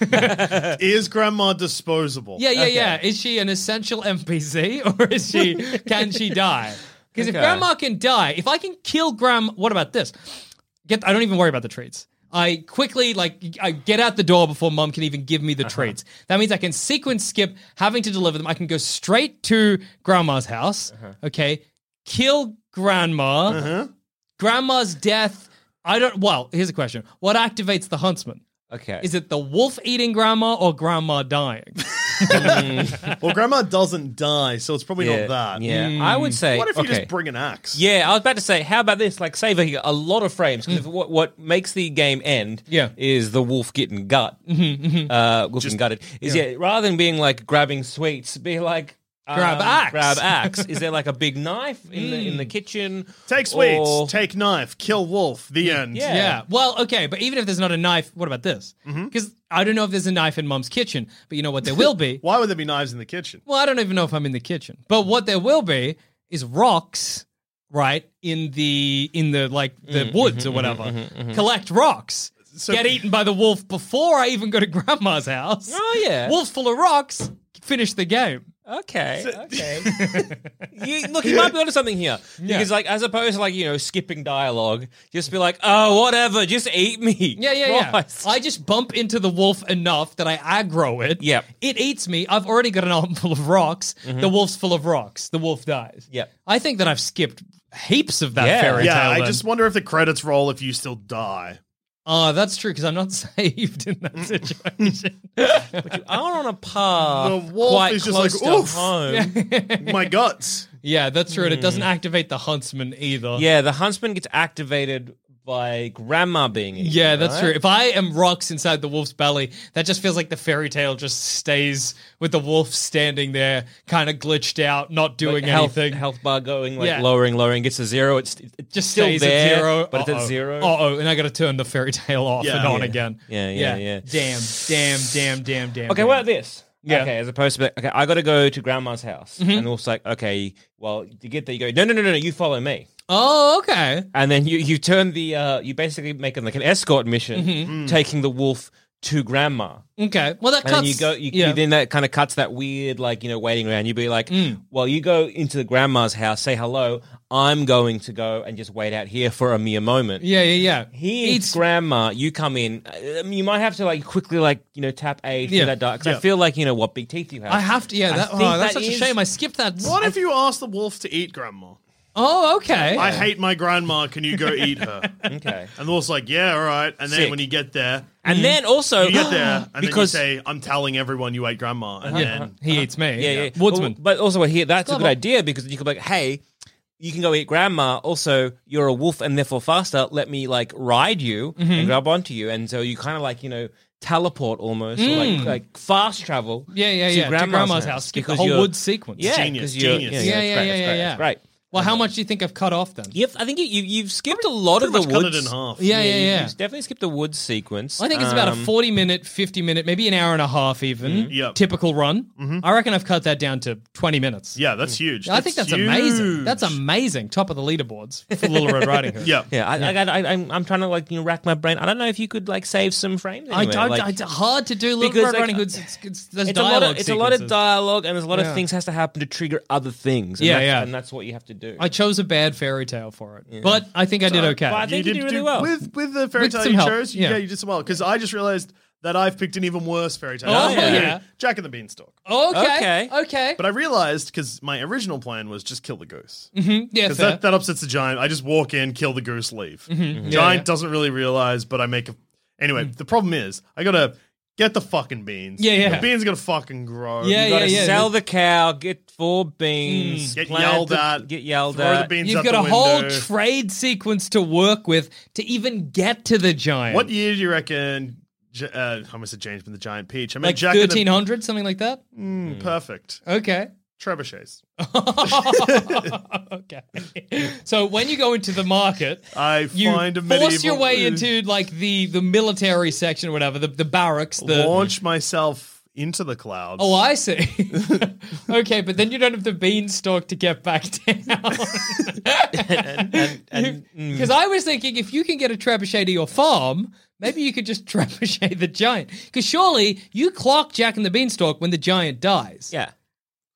Speaker 2: Is grandma disposable?
Speaker 1: Yeah, yeah, yeah. Is she an essential NPC or is she? can she die? Because if
Speaker 3: Okay.
Speaker 1: grandma can die, if I can kill grandma, what about this? Get. I don't even worry about the treats. I quickly like I get out the door before mom can even give me the treats. That means I can sequence skip having to deliver them. I can go straight to grandma's house. Okay, kill grandma. Grandma's death. I don't. Well, here's a question: What activates the huntsman?
Speaker 3: Okay.
Speaker 1: Is it the wolf eating grandma or grandma dying?
Speaker 2: Well, grandma doesn't die, so it's probably
Speaker 3: yeah,
Speaker 2: not that. Hmm.
Speaker 3: Yeah. I would say.
Speaker 2: What if you
Speaker 3: okay.
Speaker 2: just bring an axe?
Speaker 3: Yeah, I was about to say, how about this? Like, saving a lot of frames. 'cause if
Speaker 2: Hmm.
Speaker 3: what, what makes the game end
Speaker 1: Yeah.
Speaker 3: is the wolf getting gut.
Speaker 2: Mm-hmm,
Speaker 3: Uh, wolf getting gutted. Is yeah. rather than being like grabbing sweets, be like. um,
Speaker 1: Grab axe.
Speaker 3: Grab axe. Is there like a big knife in the in the kitchen?
Speaker 2: Hmm. Take sweets,
Speaker 3: Or-
Speaker 2: take knife, kill wolf. The end.
Speaker 3: Yeah.
Speaker 1: Yeah. Well, okay, but even if there's not a knife, what about this?
Speaker 3: Mm-hmm.
Speaker 1: Because I don't know if there's a knife in mom's kitchen, but you know what there will be?
Speaker 2: Why would there be knives in the kitchen?
Speaker 1: well, I don't even know if I'm in the kitchen. But what there will be is rocks, right? In the in the like the
Speaker 3: Mm,
Speaker 1: woods
Speaker 3: mm-hmm,
Speaker 1: or whatever. Collect rocks. get eaten by the wolf before I even go to grandma's house.
Speaker 3: Oh, yeah.
Speaker 1: Wolf's full of rocks. Finish the game.
Speaker 3: Okay. Okay. you, look, you might be onto something here because, like, as opposed to like you know skipping dialogue, just be like, oh, whatever, just eat me.
Speaker 1: Yeah, yeah,
Speaker 3: Christ.
Speaker 1: yeah. I just bump into the wolf enough that I aggro it.
Speaker 3: Yep. Mm-hmm.
Speaker 1: It eats me. I've already got an arm full of rocks. The wolf's full of rocks. The wolf dies.
Speaker 3: Yep.
Speaker 1: I think that I've skipped heaps of that
Speaker 3: Yeah.
Speaker 1: fairy
Speaker 2: yeah,
Speaker 1: tale.
Speaker 2: I
Speaker 1: then.
Speaker 2: just wonder if the credits roll if you still die.
Speaker 1: Oh, that's true because I'm not saved in that situation.
Speaker 3: I'm on a path.
Speaker 2: The wolf
Speaker 3: quite
Speaker 2: is just
Speaker 3: close
Speaker 2: like,
Speaker 3: to
Speaker 2: "Oof."
Speaker 3: home. Yeah.
Speaker 2: My guts.
Speaker 1: yeah, that's true. And it
Speaker 3: Hmm.
Speaker 1: doesn't activate the huntsman either.
Speaker 3: the huntsman gets activated by grandma being eaten.
Speaker 1: Yeah, that's
Speaker 3: right?
Speaker 1: true. If I am rocks inside the wolf's belly, that just feels like the fairy tale just stays with the wolf standing there, kind of glitched out, not doing
Speaker 3: Like health,
Speaker 1: anything.
Speaker 3: health bar going like
Speaker 1: Yeah.
Speaker 3: lowering, lowering, gets to zero. It's it
Speaker 1: just
Speaker 3: still
Speaker 1: stays
Speaker 3: there,
Speaker 1: at zero,
Speaker 3: but it's at zero.
Speaker 1: Uh oh, and I got to turn the fairy tale off
Speaker 2: Yeah.
Speaker 1: and on
Speaker 2: Yeah.
Speaker 1: again.
Speaker 3: Yeah, yeah, yeah.
Speaker 1: Damn, damn, damn, damn, damn.
Speaker 3: Okay,
Speaker 1: damn.
Speaker 3: what about this?
Speaker 1: Yeah. Mm-hmm.
Speaker 3: Okay, as opposed to okay, I got to go to grandma's house, and also like okay, well, to get there, you go no, no, no, no, no, you follow me,
Speaker 1: Oh, okay.
Speaker 3: and then you you turn the uh, you basically make it like an escort mission,
Speaker 1: Mm-hmm.
Speaker 3: taking the wolf to grandma,
Speaker 1: Okay. Well, that
Speaker 3: and
Speaker 1: cuts.
Speaker 3: then you go you,
Speaker 1: yeah.
Speaker 3: you- then that kind of cuts that weird like you know waiting around. You be like,
Speaker 1: Mm.
Speaker 3: well, you go into the grandma's house, say hello. I'm going to go and just wait out here for a mere moment.
Speaker 1: yeah, yeah, yeah.
Speaker 3: He eats, grandma. You come in. Uh, You might have to like quickly like you know tap A through
Speaker 1: Yeah.
Speaker 3: that dial because
Speaker 2: Yeah.
Speaker 3: I feel like you know what big teeth you have.
Speaker 1: I have to. Yeah,
Speaker 3: I
Speaker 1: that, oh,
Speaker 3: think
Speaker 1: that's
Speaker 3: that
Speaker 1: such a
Speaker 3: is-
Speaker 1: shame. I skipped that.
Speaker 2: What if you ask the wolf to eat grandma?
Speaker 1: Oh, okay.
Speaker 2: I hate my grandma. Can you go eat her? and
Speaker 3: Okay.
Speaker 2: the wolf's like, yeah, all right. And then
Speaker 3: Sick.
Speaker 2: when you get there,
Speaker 1: Mm.
Speaker 3: And then also
Speaker 2: you get there, and
Speaker 3: because
Speaker 2: then you say, I'm telling everyone you ate grandma. And then
Speaker 1: he eats me.
Speaker 3: yeah, yeah,
Speaker 1: Woodsman.
Speaker 3: But, but also here, that's a
Speaker 1: Clever.
Speaker 3: good idea because you could be like, hey, you can go eat grandma. Also, you're a wolf and therefore faster. Let me like ride you
Speaker 1: Mm-hmm.
Speaker 3: and grab onto you, and so you kind of like you know teleport almost, or like like fast travel.
Speaker 1: Mm. Yeah, yeah,
Speaker 3: to
Speaker 1: yeah, to
Speaker 3: Grandma's,
Speaker 1: grandma's house.
Speaker 3: house
Speaker 1: Skip the
Speaker 3: because
Speaker 1: whole
Speaker 3: you're-
Speaker 1: wood sequence.
Speaker 3: Yeah,
Speaker 2: Genius,
Speaker 3: because you're-
Speaker 2: genius.
Speaker 1: Yeah,
Speaker 3: it's
Speaker 1: yeah,
Speaker 3: great,
Speaker 1: yeah,
Speaker 3: it's great, Uh-huh.
Speaker 1: yeah,
Speaker 3: it's Great.
Speaker 1: Well, how much do you think I've cut off then?
Speaker 3: You've, I think you, you, you've skipped a lot of the
Speaker 2: Pretty much cut
Speaker 3: woods.
Speaker 2: it in half.
Speaker 1: Yeah, yeah,
Speaker 3: you-
Speaker 1: yeah.
Speaker 3: You've definitely skipped the woods sequence.
Speaker 1: I think it's about a
Speaker 3: Um,
Speaker 1: 40 minute, 50 minute, maybe an hour and a half even
Speaker 2: Mm-hmm. Yep. Mm-hmm.
Speaker 1: typical run. I reckon I've cut that down to 20 minutes.
Speaker 2: Yeah, that's huge.
Speaker 1: I think that's amazing. That's
Speaker 2: huge.
Speaker 1: amazing. Top of the leaderboards for Little Red Riding Hood.
Speaker 2: Yeah.
Speaker 3: Yeah, I, I, I, I'm, I'm trying to like you know rack my brain. I don't know if you could like save some frames.
Speaker 1: I
Speaker 3: anywhere,
Speaker 1: don't,
Speaker 3: like-
Speaker 1: it's hard to do Little
Speaker 3: Because,
Speaker 1: Red
Speaker 3: like,
Speaker 1: Riding Hood's. It's, it's, there's
Speaker 3: it's a
Speaker 1: dialogue
Speaker 3: lot of it's a lot of
Speaker 1: sequences.
Speaker 3: dialogue and there's a lot
Speaker 1: Yeah.
Speaker 3: of things has to happen to trigger other things. And
Speaker 1: Yeah,
Speaker 3: that's,
Speaker 1: yeah.
Speaker 3: and that's what you have to do.
Speaker 1: I chose a bad fairy tale for it, but I think I did okay.
Speaker 3: But I think you, did really well.
Speaker 2: With with the fairy
Speaker 1: With
Speaker 2: tale
Speaker 1: some
Speaker 2: you
Speaker 1: help,
Speaker 2: chose,
Speaker 1: yeah.
Speaker 2: yeah. you did so well. Because I just realized that I've picked an even worse fairy tale.
Speaker 1: Oh,
Speaker 2: That's what I
Speaker 1: yeah.
Speaker 2: did. Jack and the Beanstalk.
Speaker 1: okay, okay,
Speaker 3: Okay.
Speaker 2: But I realized because my original plan was just kill the goose. Because
Speaker 1: yeah, fair. Mm-hmm.
Speaker 2: that, that upsets the giant. I just walk in, kill the goose, leave. Giant
Speaker 1: yeah. Mm.
Speaker 2: doesn't really realize, but I make a. Anyway, the problem is I gotta get the fucking beans.
Speaker 1: Yeah, yeah.
Speaker 2: The beans are gonna fucking grow.
Speaker 1: Yeah,
Speaker 2: You gotta
Speaker 1: yeah, yeah.
Speaker 3: Sell the cow, get four beans,
Speaker 2: Get
Speaker 3: plant
Speaker 2: yelled
Speaker 3: the-
Speaker 2: at.
Speaker 3: get yelled
Speaker 2: throw
Speaker 3: at.
Speaker 2: the beans
Speaker 1: You've
Speaker 2: out
Speaker 1: got
Speaker 2: the
Speaker 1: a whole
Speaker 2: window.
Speaker 1: trade sequence to work with to even get to the giant.
Speaker 2: What year do you reckon? J- Uh, I almost said James, but the giant peach. I mean,
Speaker 1: Like
Speaker 2: Jack and the-
Speaker 1: thirteen hundred, something like that.
Speaker 2: Mm, perfect.
Speaker 1: Okay.
Speaker 2: Trebuchets.
Speaker 1: okay. So when you go into the market,
Speaker 2: I
Speaker 1: you
Speaker 2: find a medieval.
Speaker 1: force your way into like the the military section or whatever, the, the barracks, the
Speaker 2: launch myself into the clouds.
Speaker 1: Oh, I see. okay, but then you don't have the beanstalk to get back down.
Speaker 2: mm.
Speaker 1: Because I was thinking, if you can get a trebuchet to your farm, maybe you could just trebuchet the giant. Because surely you clock Jack and the beanstalk when the giant dies.
Speaker 3: Yeah,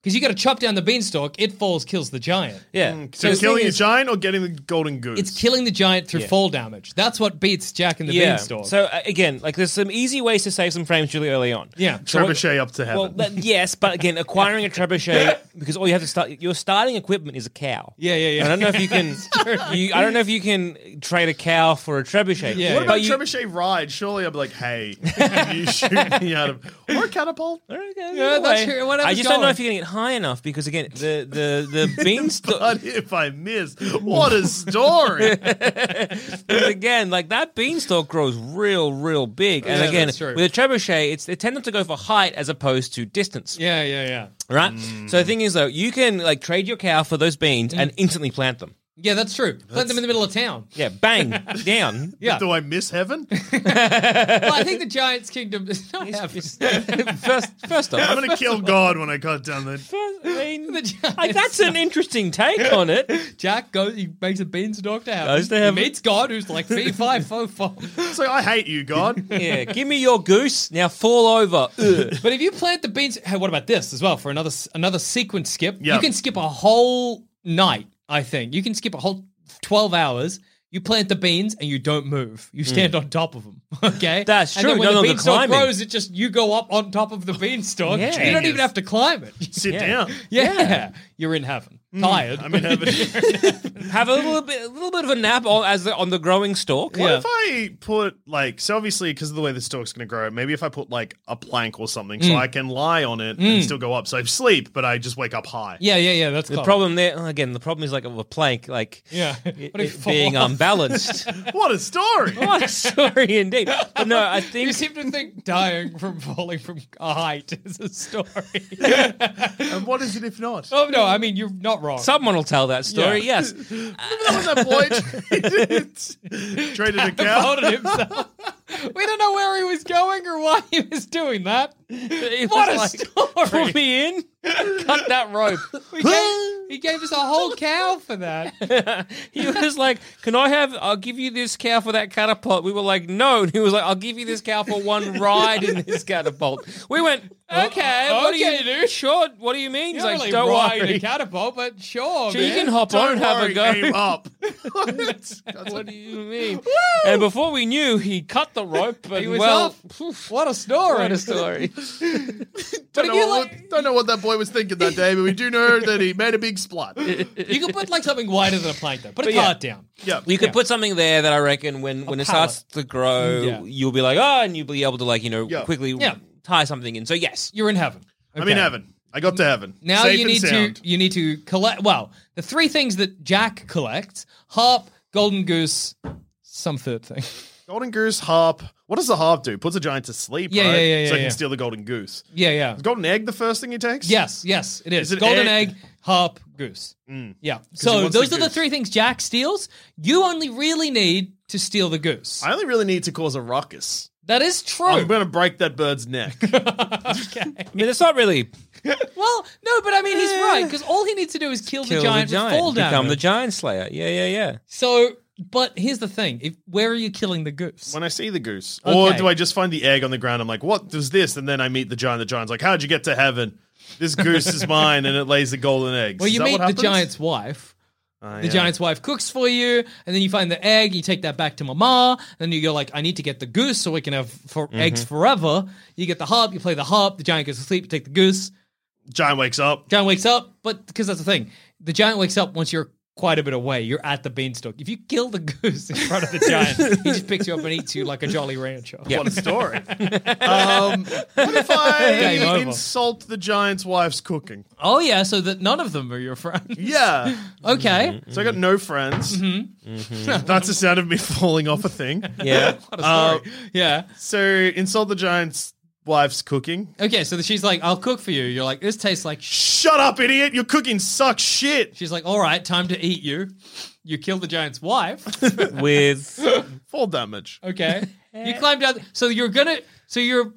Speaker 1: Because you got to chop down the beanstalk, it falls, kills the giant.
Speaker 3: yeah.
Speaker 2: Hmm. so
Speaker 1: the
Speaker 2: killing
Speaker 1: thing
Speaker 2: a
Speaker 1: is-
Speaker 2: giant or getting the golden goose?
Speaker 1: It's killing the giant through fall damage. That's what beats Jack and the
Speaker 3: yeah.
Speaker 1: Beanstalk.
Speaker 3: So uh, again, like there's some easy ways to save some frames really early on.
Speaker 1: yeah.
Speaker 3: So what-
Speaker 2: Trebuchet up to heaven.
Speaker 3: Well, that- yes, but again, acquiring a trebuchet because all you have to start your starting equipment is a cow.
Speaker 1: Yeah, yeah, yeah.
Speaker 3: I don't know if you can. you, I don't know if you can trade a cow for a
Speaker 1: Yeah,
Speaker 3: trebuchet.
Speaker 2: what
Speaker 1: yeah.
Speaker 2: about
Speaker 3: But you-
Speaker 2: trebuchet ride? Surely I'm like, hey, can you shoot me out of or a catapult?
Speaker 1: Yeah, that's
Speaker 3: Anyway,
Speaker 1: true. Whatever's
Speaker 3: I just don't
Speaker 1: going.
Speaker 3: know if you're going to get high enough because again, the the the beanstalk
Speaker 2: But if I miss, what a story!
Speaker 3: again, like that beanstalk grows real, real big. And
Speaker 1: Yeah,
Speaker 3: again,
Speaker 1: that's true.
Speaker 3: with a trebuchet, it's they tend not to go for height as opposed to distance.
Speaker 1: Yeah, yeah, yeah.
Speaker 3: Right. So
Speaker 1: Mm.
Speaker 3: the thing is, though, you can like trade your cow for those beans and instantly plant them.
Speaker 1: Yeah, that's true. Plant them in the middle of town.
Speaker 3: Yeah, bang down.
Speaker 1: Yeah.
Speaker 2: Do I miss heaven?
Speaker 1: Well, I think the Giant's Kingdom is not having
Speaker 3: first, first off,
Speaker 2: I'm gonna kill God when I cut down the.
Speaker 3: First- I mean,
Speaker 1: The Giants.
Speaker 3: like, that's an interesting take on it.
Speaker 1: Jack goes, he makes a beanstalk to heaven.
Speaker 3: Goes to heaven.
Speaker 1: He meets God, who's like, fee, fi, fo, fo.
Speaker 2: So I hate you, God.
Speaker 3: Yeah, give me your goose now. Fall over. Ugh.
Speaker 1: But if you plant the beans, hey, what about this as well for another another sequence skip?
Speaker 2: Yeah.
Speaker 1: You can skip a whole night, I think. You can skip a whole 12 hours. You plant the beans and you don't move. You stand on top of them. Okay,
Speaker 3: Hmm. That's
Speaker 1: and
Speaker 3: true,
Speaker 1: Then when
Speaker 3: no
Speaker 1: the
Speaker 3: longer
Speaker 1: beanstalk
Speaker 3: climbing.
Speaker 1: grows, it just you go up on top of the beanstalk. You
Speaker 3: Yeah.
Speaker 1: don't
Speaker 2: Genius.
Speaker 1: even have to climb it.
Speaker 2: Sit down.
Speaker 1: Yeah, you're in heaven.
Speaker 3: Hmm.
Speaker 1: Tired.
Speaker 2: I'm in heaven.
Speaker 3: Have a little bit, a little bit of a nap on, as the, on the growing stalk.
Speaker 2: What if I put like so obviously because of the way the stalk's going to grow, maybe if I put like a plank or something
Speaker 3: Mm.
Speaker 2: so I can lie on it and still go up, so I sleep, but I just wake up high.
Speaker 1: yeah, yeah, yeah. That's
Speaker 3: The problem there oh, again. The problem is like with a plank, like
Speaker 1: Yeah.
Speaker 3: it-
Speaker 1: What if
Speaker 3: it
Speaker 1: you fall
Speaker 3: being
Speaker 1: off?
Speaker 3: unbalanced.
Speaker 2: What a story!
Speaker 3: what a story indeed. But no, I
Speaker 1: You
Speaker 3: think
Speaker 1: seem to think dying from falling from a height is a story.
Speaker 2: and what is it if not?
Speaker 1: oh no, I mean you're not wrong.
Speaker 3: someone will tell that story.
Speaker 1: Yeah.
Speaker 3: Yes,
Speaker 2: Remember that boy traded- traded a cow.
Speaker 1: Voted himself. we don't know where he was going or why he was doing that.
Speaker 3: It
Speaker 1: What a
Speaker 3: was
Speaker 1: story.
Speaker 3: Pull me in. Cut that rope.
Speaker 1: We gave, he gave us a whole cow for that.
Speaker 3: He was like, "Can I have? I'll give you this cow for that catapult." We were like, "No." And he was like, "I'll give you this cow for one ride in this catapult." We went, "Okay, what do you
Speaker 1: okay,
Speaker 3: do? Sure. What do you mean?"
Speaker 1: He's
Speaker 3: He's
Speaker 1: like,
Speaker 3: like,
Speaker 1: really
Speaker 3: "Don't
Speaker 1: ride a
Speaker 3: worry."
Speaker 1: catapult, but sure,
Speaker 3: So you
Speaker 1: man.
Speaker 3: can hop on
Speaker 2: Don't
Speaker 3: and have a
Speaker 2: worry, aim
Speaker 3: go.
Speaker 2: up.
Speaker 3: What do you mean? And before we knew, he cut the rope. And
Speaker 1: He was
Speaker 3: well,
Speaker 1: off. What a story!
Speaker 3: what a story.
Speaker 1: But
Speaker 2: Don't
Speaker 1: if you
Speaker 2: know,
Speaker 1: like-
Speaker 2: what, don't know what that boy was thinking that day, but we do know that he made a big splat.
Speaker 1: you could put like something wider than a plank though. Put a
Speaker 3: But yeah.
Speaker 1: cart down.
Speaker 2: Yeah,
Speaker 3: You could put something there that I reckon when, when it
Speaker 1: pallet.
Speaker 3: starts to grow,
Speaker 1: Yeah.
Speaker 3: you'll be like, oh, and you'll be able to like you know
Speaker 2: Yeah.
Speaker 3: quickly
Speaker 1: Yeah.
Speaker 3: tie something in. So yes,
Speaker 1: You're in heaven.
Speaker 2: I'm in
Speaker 1: Okay.
Speaker 2: heaven. I got to heaven.
Speaker 1: Now
Speaker 2: Safe
Speaker 1: you
Speaker 2: and
Speaker 1: need
Speaker 2: sound.
Speaker 1: to you need to collect. Well, the three things that Jack collects: harp, golden goose, some third thing.
Speaker 2: golden goose harp. What does the harp do? Puts a giant to sleep,
Speaker 1: Yeah,
Speaker 2: right?
Speaker 1: yeah,
Speaker 2: so
Speaker 1: yeah, yeah,
Speaker 2: he
Speaker 1: yeah.
Speaker 2: can steal the golden goose.
Speaker 1: Yeah, yeah.
Speaker 2: Is golden egg the first thing he takes?
Speaker 1: Yes, yes, it is.
Speaker 2: Is it
Speaker 1: golden egg,
Speaker 2: egg? Mm.
Speaker 1: harp, Goose. Yeah.
Speaker 2: he
Speaker 1: So
Speaker 2: wants the
Speaker 1: those are the
Speaker 2: goose.
Speaker 1: three things Jack steals. You only really need to steal the goose.
Speaker 2: I only really need to cause a ruckus.
Speaker 1: that is true.
Speaker 2: I'm going to break that bird's neck.
Speaker 1: okay.
Speaker 3: I mean, it's not really
Speaker 1: Well, no, but I mean
Speaker 2: Eh.
Speaker 1: he's right because all he needs to do is kill,
Speaker 3: kill
Speaker 1: the giant,
Speaker 3: the
Speaker 1: with fall
Speaker 3: giant,
Speaker 1: damage.
Speaker 3: become the giant slayer. Yeah, yeah, yeah.
Speaker 1: So, but here's the thing: if, where are you killing the goose?
Speaker 2: when I see the goose. Or
Speaker 1: Okay.
Speaker 2: do I just find the egg on the ground? I'm like, what is this? And then I meet the giant. The giant's like, how'd you get to heaven? This goose is mine, and it lays the golden eggs.
Speaker 1: well,
Speaker 2: Is
Speaker 1: you
Speaker 2: that
Speaker 1: meet
Speaker 2: what
Speaker 1: the
Speaker 2: happens?
Speaker 1: giant's wife.
Speaker 2: Ah,
Speaker 1: The
Speaker 2: yeah.
Speaker 1: giant's wife cooks for you, and then you find the egg. You take that back to Mama, and you go like, "I need to get the goose so we can have for-
Speaker 2: Mm-hmm.
Speaker 1: eggs forever." You get the harp. You play the harp. The giant goes to sleep. You take the goose.
Speaker 2: Giant wakes up.
Speaker 1: Giant wakes up, but because that's the thing, the giant wakes up once you're quite a bit away. You're at the beanstalk. If you kill the goose in front of the giant, he just picks you up and eats you like a jolly rancher.
Speaker 2: What a story. um, what if I
Speaker 1: Game over.
Speaker 2: insult the giant's wife's cooking?
Speaker 1: Oh yeah, so that none of them are your friends.
Speaker 2: Yeah.
Speaker 1: Okay.
Speaker 2: So I got no friends.
Speaker 1: Mm-hmm.
Speaker 2: Mm-hmm. That's the sound of me falling off a thing. Uh,
Speaker 3: Yeah.
Speaker 1: What a story. yeah.
Speaker 2: So insult the giant's wife's cooking.
Speaker 1: Okay, so she's like, I'll cook for you. You're like, this tastes like sh-.
Speaker 2: Shut up, idiot! Your cooking sucks shit.
Speaker 1: She's like, all right, time to eat you. You kill the giant's wife.
Speaker 3: With
Speaker 2: Fall damage.
Speaker 1: Okay. you climb down. So you're going to, so you're,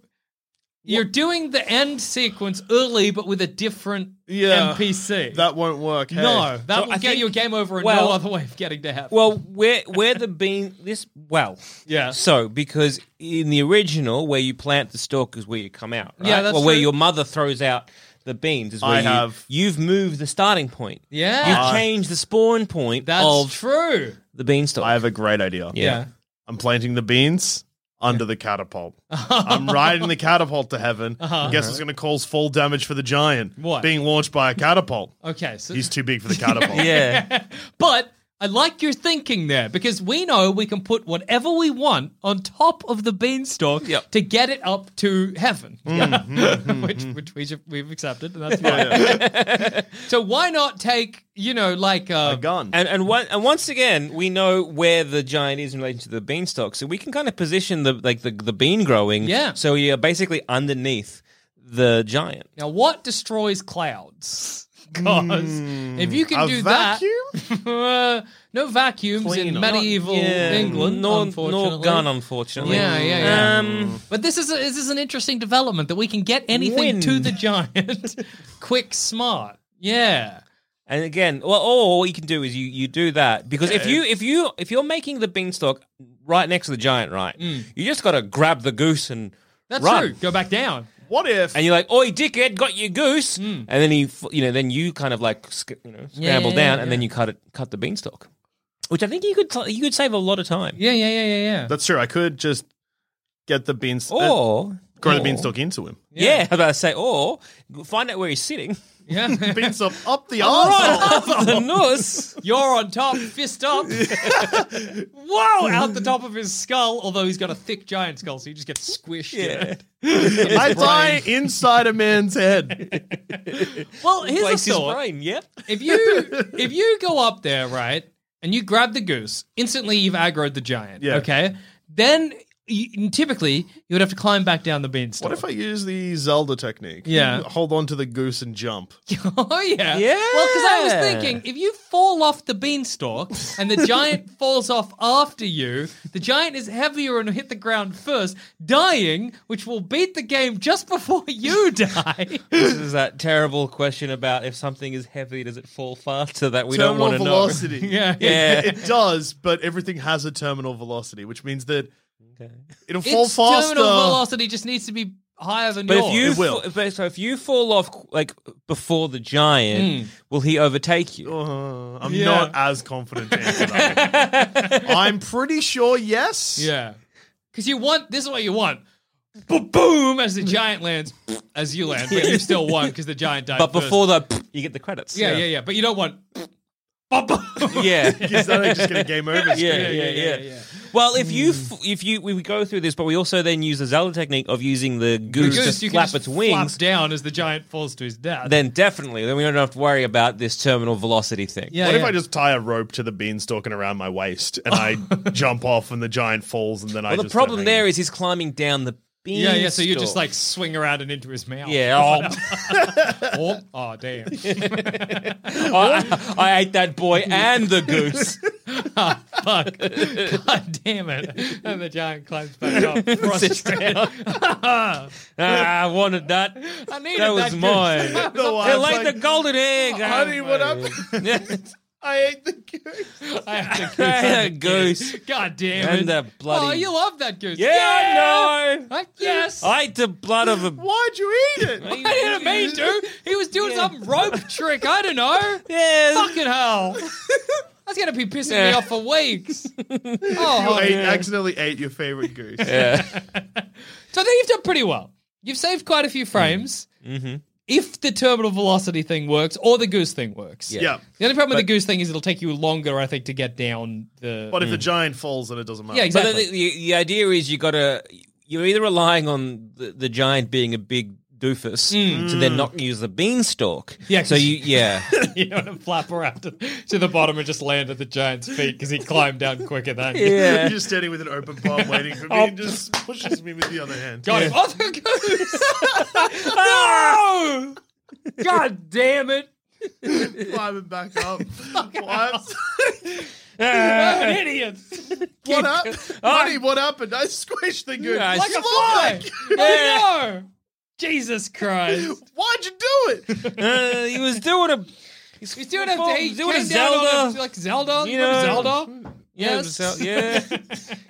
Speaker 1: you're doing the end sequence early, but with a different
Speaker 2: Yeah.
Speaker 1: NPC.
Speaker 2: That won't work. Hey.
Speaker 1: no, that
Speaker 3: So
Speaker 1: will
Speaker 3: I
Speaker 1: get
Speaker 3: think-
Speaker 1: you a game over and no
Speaker 3: well-
Speaker 1: other way of getting to heaven.
Speaker 3: well, where where the bean this well.
Speaker 1: yeah.
Speaker 3: So, because in the original, where you plant the stalk is where you come out, right?
Speaker 1: Yeah, that's
Speaker 3: Or where
Speaker 1: true.
Speaker 3: your mother throws out the beans is where
Speaker 2: I
Speaker 3: you,
Speaker 2: have-
Speaker 3: you've moved the starting point.
Speaker 1: Yeah.
Speaker 3: You've changed the spawn point
Speaker 1: That's
Speaker 3: of
Speaker 1: true.
Speaker 3: the beanstalk.
Speaker 2: I have a great idea.
Speaker 1: Yeah.
Speaker 2: I'm planting the beans under the catapult. I'm riding the catapult to heaven. Guess what's going to cause fall damage for the giant?
Speaker 1: Uh-huh. What?
Speaker 2: Being launched by a catapult.
Speaker 1: Okay. So
Speaker 2: He's too big for the catapult.
Speaker 3: yeah.
Speaker 1: But I like your thinking there because we know we can put whatever we want on top of the beanstalk
Speaker 3: Yep. Mm-hmm,
Speaker 1: to get it up to heaven, which, which we should, we've accepted, and that's fine. so why not take you know like uh,
Speaker 2: A gun.
Speaker 3: And and one, and once again, we know where the giant is in relation to the beanstalk, so we can kind of position the like the, the bean growing.
Speaker 1: Yeah.
Speaker 3: So you're basically underneath the giant.
Speaker 1: now what destroys clouds? Because if you can
Speaker 2: a
Speaker 1: do
Speaker 2: vacuum?
Speaker 1: that, uh, no vacuums in
Speaker 2: Cleaner.
Speaker 1: medieval England,
Speaker 3: no,
Speaker 1: unfortunately.
Speaker 3: no gun, unfortunately.
Speaker 1: Yeah, yeah, yeah.
Speaker 3: Um,
Speaker 1: But this is a, this is an interesting development that we can get anything
Speaker 3: Wind.
Speaker 1: to the giant quick, smart. Yeah.
Speaker 3: And again, well, all you can do is you you do that because if you if you if you're making the beanstalk right next to the giant, right,
Speaker 1: Mm.
Speaker 3: you just got to grab the goose and
Speaker 1: That's
Speaker 3: run.
Speaker 1: true. Go back down.
Speaker 2: What if?
Speaker 3: And you're like, "Oi, dickhead, got your goose!" And then he, f- you know, then you kind of like, sc- you know, scramble
Speaker 1: yeah,
Speaker 3: down,
Speaker 1: yeah,
Speaker 3: and then you cut it, cut the beanstalk, which I think you could, t- you could save a lot of time.
Speaker 1: Yeah, yeah, yeah, yeah, yeah.
Speaker 2: That's true. I could just get the beans.
Speaker 1: Oh.
Speaker 2: uh,
Speaker 3: Or
Speaker 2: grow the
Speaker 3: or-
Speaker 2: beanstalk into him.
Speaker 3: Yeah, I was about to say, or find out where he's sitting.
Speaker 1: yeah.
Speaker 2: Beanstalk up the
Speaker 3: Oh,
Speaker 2: arsehole.
Speaker 3: the nose.
Speaker 1: You're on top, fist up. Whoa, out the top of his skull, although he's got a thick giant skull, so you just get squished. Yeah.
Speaker 2: I die inside a man's head.
Speaker 1: Well, here's
Speaker 3: Place
Speaker 1: the
Speaker 3: his
Speaker 1: thought.
Speaker 3: brain. Yep.
Speaker 1: If you if you go up there, right, and you grab the goose, instantly you've aggroed the giant.
Speaker 2: Yeah.
Speaker 1: Okay. Then you, typically you would have to climb back down the beanstalk.
Speaker 2: What if I use the Zelda technique?
Speaker 1: Yeah.
Speaker 2: You Hold on to the goose and jump.
Speaker 1: Oh yeah,
Speaker 3: Yeah.
Speaker 1: Well, because I was thinking, if you fall off the beanstalk and the giant falls off after you, the giant is heavier and will hit the ground first, dying, which will beat the game just before you die.
Speaker 3: This is that terrible question about if something is heavy, does it fall faster? That we don't
Speaker 2: terminal
Speaker 3: want to know.
Speaker 2: velocity.
Speaker 1: yeah,
Speaker 3: Yeah.
Speaker 2: It does, but everything has a terminal velocity, which means that it'll fall
Speaker 1: Its
Speaker 2: faster.
Speaker 1: terminal velocity just needs to be higher than
Speaker 3: But
Speaker 1: yours.
Speaker 3: if you
Speaker 2: It will.
Speaker 3: fa- but so if you fall off like before the giant, will he overtake you?
Speaker 2: Uh, I'm
Speaker 1: Yeah.
Speaker 2: not as confident to answer that. I'm pretty sure yes.
Speaker 1: yeah, because you want this is what you want. But boom, as the giant lands, as you land, but you still won because the giant died.
Speaker 3: But
Speaker 1: first.
Speaker 3: before the, you get the credits.
Speaker 1: yeah, yeah, yeah, but you don't want. Ba-boom.
Speaker 3: yeah.
Speaker 2: Is that like just going to game over?
Speaker 3: Yeah,
Speaker 2: screen?
Speaker 3: yeah, yeah,
Speaker 1: yeah.
Speaker 3: Well, if you f- if you we go through this, but we also then use the Zelda technique of using the goose,
Speaker 1: Goose,
Speaker 3: to
Speaker 1: you
Speaker 3: flap
Speaker 1: can just
Speaker 3: its wings.
Speaker 1: flap down as the giant falls to his death.
Speaker 3: Then definitely, then we don't have to worry about this terminal velocity thing.
Speaker 1: yeah,
Speaker 2: What if
Speaker 1: yeah.
Speaker 2: I just tie a rope to the beanstalk and around my waist and I jump off and the giant falls and then I
Speaker 3: Well, the
Speaker 2: just
Speaker 3: problem there is he's climbing down the bean.
Speaker 1: Yeah, yeah. So you just
Speaker 3: stalk.
Speaker 1: like swing around and into his mouth.
Speaker 3: yeah.
Speaker 1: Oh, oh, damn.
Speaker 3: Oh, I, I ate that boy and the goose.
Speaker 1: Fuck. God damn it. And the giant climbs back up. Frustrated.
Speaker 3: Ah, I wanted that.
Speaker 1: I needed
Speaker 3: that was
Speaker 1: that
Speaker 3: mine.
Speaker 1: goose.
Speaker 2: The
Speaker 3: They
Speaker 2: wife's
Speaker 3: like, the golden egg.
Speaker 1: "Oh,
Speaker 3: Oh,
Speaker 2: Honey, what up?
Speaker 3: happened?
Speaker 2: I ate the goose.
Speaker 1: I have to
Speaker 3: a goose.
Speaker 1: God damn it.
Speaker 3: And the bloody-
Speaker 1: Oh, you love that goose.
Speaker 3: Yeah, I know.
Speaker 1: I, yes.
Speaker 3: I ate the blood of a.
Speaker 2: Why'd you eat it?
Speaker 1: I didn't mean to. He was doing
Speaker 3: Yeah.
Speaker 1: some rope trick. I don't know.
Speaker 3: Yeah.
Speaker 1: Fucking hell. That's going to be pissing me
Speaker 3: Yeah.
Speaker 1: off for weeks.
Speaker 2: You
Speaker 1: Oh,
Speaker 2: ate, accidentally ate your favorite goose.
Speaker 1: so I think you've done pretty well. You've saved quite a few frames. Mm-hmm. If the terminal velocity thing works or the goose thing works.
Speaker 3: Yeah.
Speaker 2: Yeah.
Speaker 1: The only problem with the goose thing is it'll take you longer, I think, to get down the.
Speaker 2: But if the giant falls, then it doesn't matter.
Speaker 1: yeah,
Speaker 3: But
Speaker 1: exactly.
Speaker 3: the, the, the idea is you got to. You're either relying on the, the giant being a big doofus to then not use the beanstalk.
Speaker 1: Yeah,
Speaker 3: So you, Hmm. yeah.
Speaker 1: you know, and flap around to, to the bottom and just land at the giant's feet because he climbed down quicker than you.
Speaker 2: You're just standing with an open palm waiting for me and just pushes me with the other hand.
Speaker 1: Got him. Oh, the goose! no! God damn it!
Speaker 2: Climbing back up. Climbs.
Speaker 1: I'm an idiot!
Speaker 2: what up? Honey, what happened? I squished the goose.
Speaker 3: Yeah, I
Speaker 1: Like a
Speaker 2: Love
Speaker 1: fly!
Speaker 2: that.
Speaker 1: I know! Jesus Christ!
Speaker 2: Why'd you do it?
Speaker 3: Uh, he was doing a.
Speaker 1: He's doing a, he
Speaker 3: He's doing a
Speaker 1: came down on
Speaker 3: Zelda.
Speaker 1: a- like Zelda? You
Speaker 3: You
Speaker 1: know,
Speaker 3: know.
Speaker 1: Zelda?
Speaker 3: Yeah, it
Speaker 1: Yes.
Speaker 3: was Zel- yeah.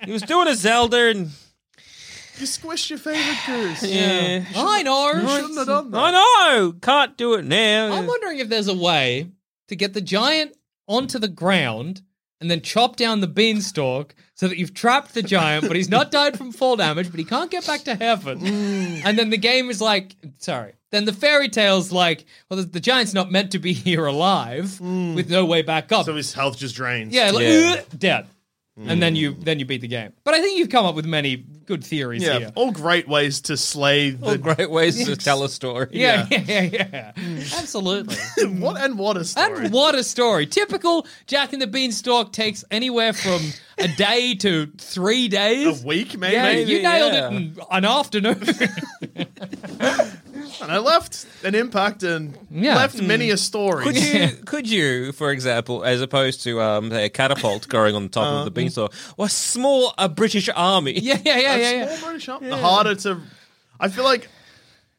Speaker 3: he was doing a Zelda and
Speaker 2: You squished your favorite goose.
Speaker 3: yeah.
Speaker 1: I know!
Speaker 2: Shouldn't have done that.
Speaker 3: I know. Can't do it now.
Speaker 1: I'm wondering if there's a way to get the giant onto the ground and then chop down the beanstalk so that you've trapped the giant, but he's not died from fall damage, but he can't get back to heaven.
Speaker 2: Mm.
Speaker 1: And then the game is like, sorry. Then the fairy tale's like, well, the, the giant's not meant to be here alive with no way back up.
Speaker 2: Mm. So his health just drains.
Speaker 1: yeah, like,
Speaker 3: Yeah.
Speaker 1: "Ugh," dead. And then you then you beat the game. But I think you've come up with many good theories
Speaker 2: Mm. Yeah.
Speaker 1: here.
Speaker 2: All great ways to slay the.
Speaker 3: great ways to tell a story.
Speaker 1: Yeah, yeah, yeah, yeah.
Speaker 3: Mm.
Speaker 1: Absolutely.
Speaker 2: what and what a story.
Speaker 1: And what a story. Typical Jack and the Beanstalk takes anywhere from a day to three days.
Speaker 2: a week, maybe.
Speaker 1: yeah, you nailed
Speaker 3: yeah.
Speaker 1: it in an afternoon.
Speaker 2: And I left an impact and
Speaker 1: Yeah.
Speaker 2: left many a story.
Speaker 3: Could you, could you, for example, as opposed to um, say, a catapult going on top of the beanstalk, was small a British army?
Speaker 1: yeah, yeah, yeah, yeah, yeah.
Speaker 2: Small British up, The harder to. I feel like.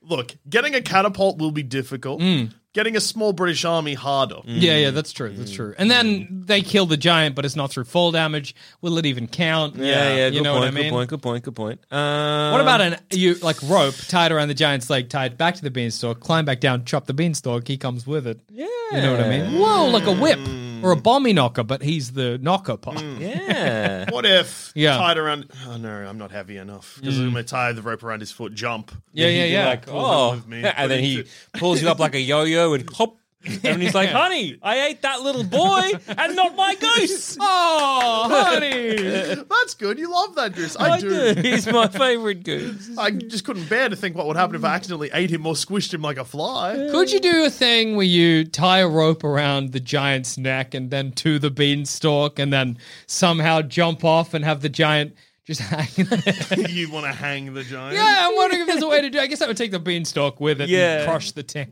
Speaker 2: Look, getting a catapult will be difficult.
Speaker 1: Mm.
Speaker 2: Getting a small British army harder.
Speaker 1: Yeah, yeah, that's true. That's true. And
Speaker 3: Mm.
Speaker 1: then they kill the giant, but it's not through fall damage. Will it even count?
Speaker 3: yeah, yeah.
Speaker 1: you
Speaker 3: good
Speaker 1: know
Speaker 3: point,
Speaker 1: what I mean.
Speaker 3: Good point. Good point. Good point. Um,
Speaker 1: What about an you like rope tied around the giant's leg, tied back to the beanstalk, climb back down, chop the beanstalk. He comes with it. Yeah, you know what I mean. Whoa, like a whip or a
Speaker 3: Mm.
Speaker 1: bomby knocker, but he's the knocker part.
Speaker 3: Yeah.
Speaker 2: What if
Speaker 1: Yeah. Mm.
Speaker 2: tied around? Oh no, I'm not heavy enough because I'm gonna tie the rope around his foot. Jump.
Speaker 1: Yeah, yeah, yeah.
Speaker 3: like,
Speaker 2: him
Speaker 3: oh,
Speaker 2: with me,
Speaker 3: and
Speaker 2: put
Speaker 3: then
Speaker 2: him
Speaker 3: he
Speaker 2: to-
Speaker 3: pulls you up like a yo-yo and hop, and he's like, "Honey, I ate that little boy and not my goose."
Speaker 1: Oh, honey.
Speaker 2: That's good. You love that goose. I,
Speaker 3: I
Speaker 2: do.
Speaker 3: did. He's my favorite goose.
Speaker 2: I just couldn't bear to think what would happen if I accidentally ate him or squished him like a fly.
Speaker 1: Could you do a thing where you tie a rope around the giant's neck and then to the beanstalk and then somehow jump off and have the giant just hang there?
Speaker 2: you want to hang the giant?
Speaker 1: yeah, I'm wondering if there's a way to do I guess I would take the beanstalk with it
Speaker 3: Yeah.
Speaker 1: and crush the town.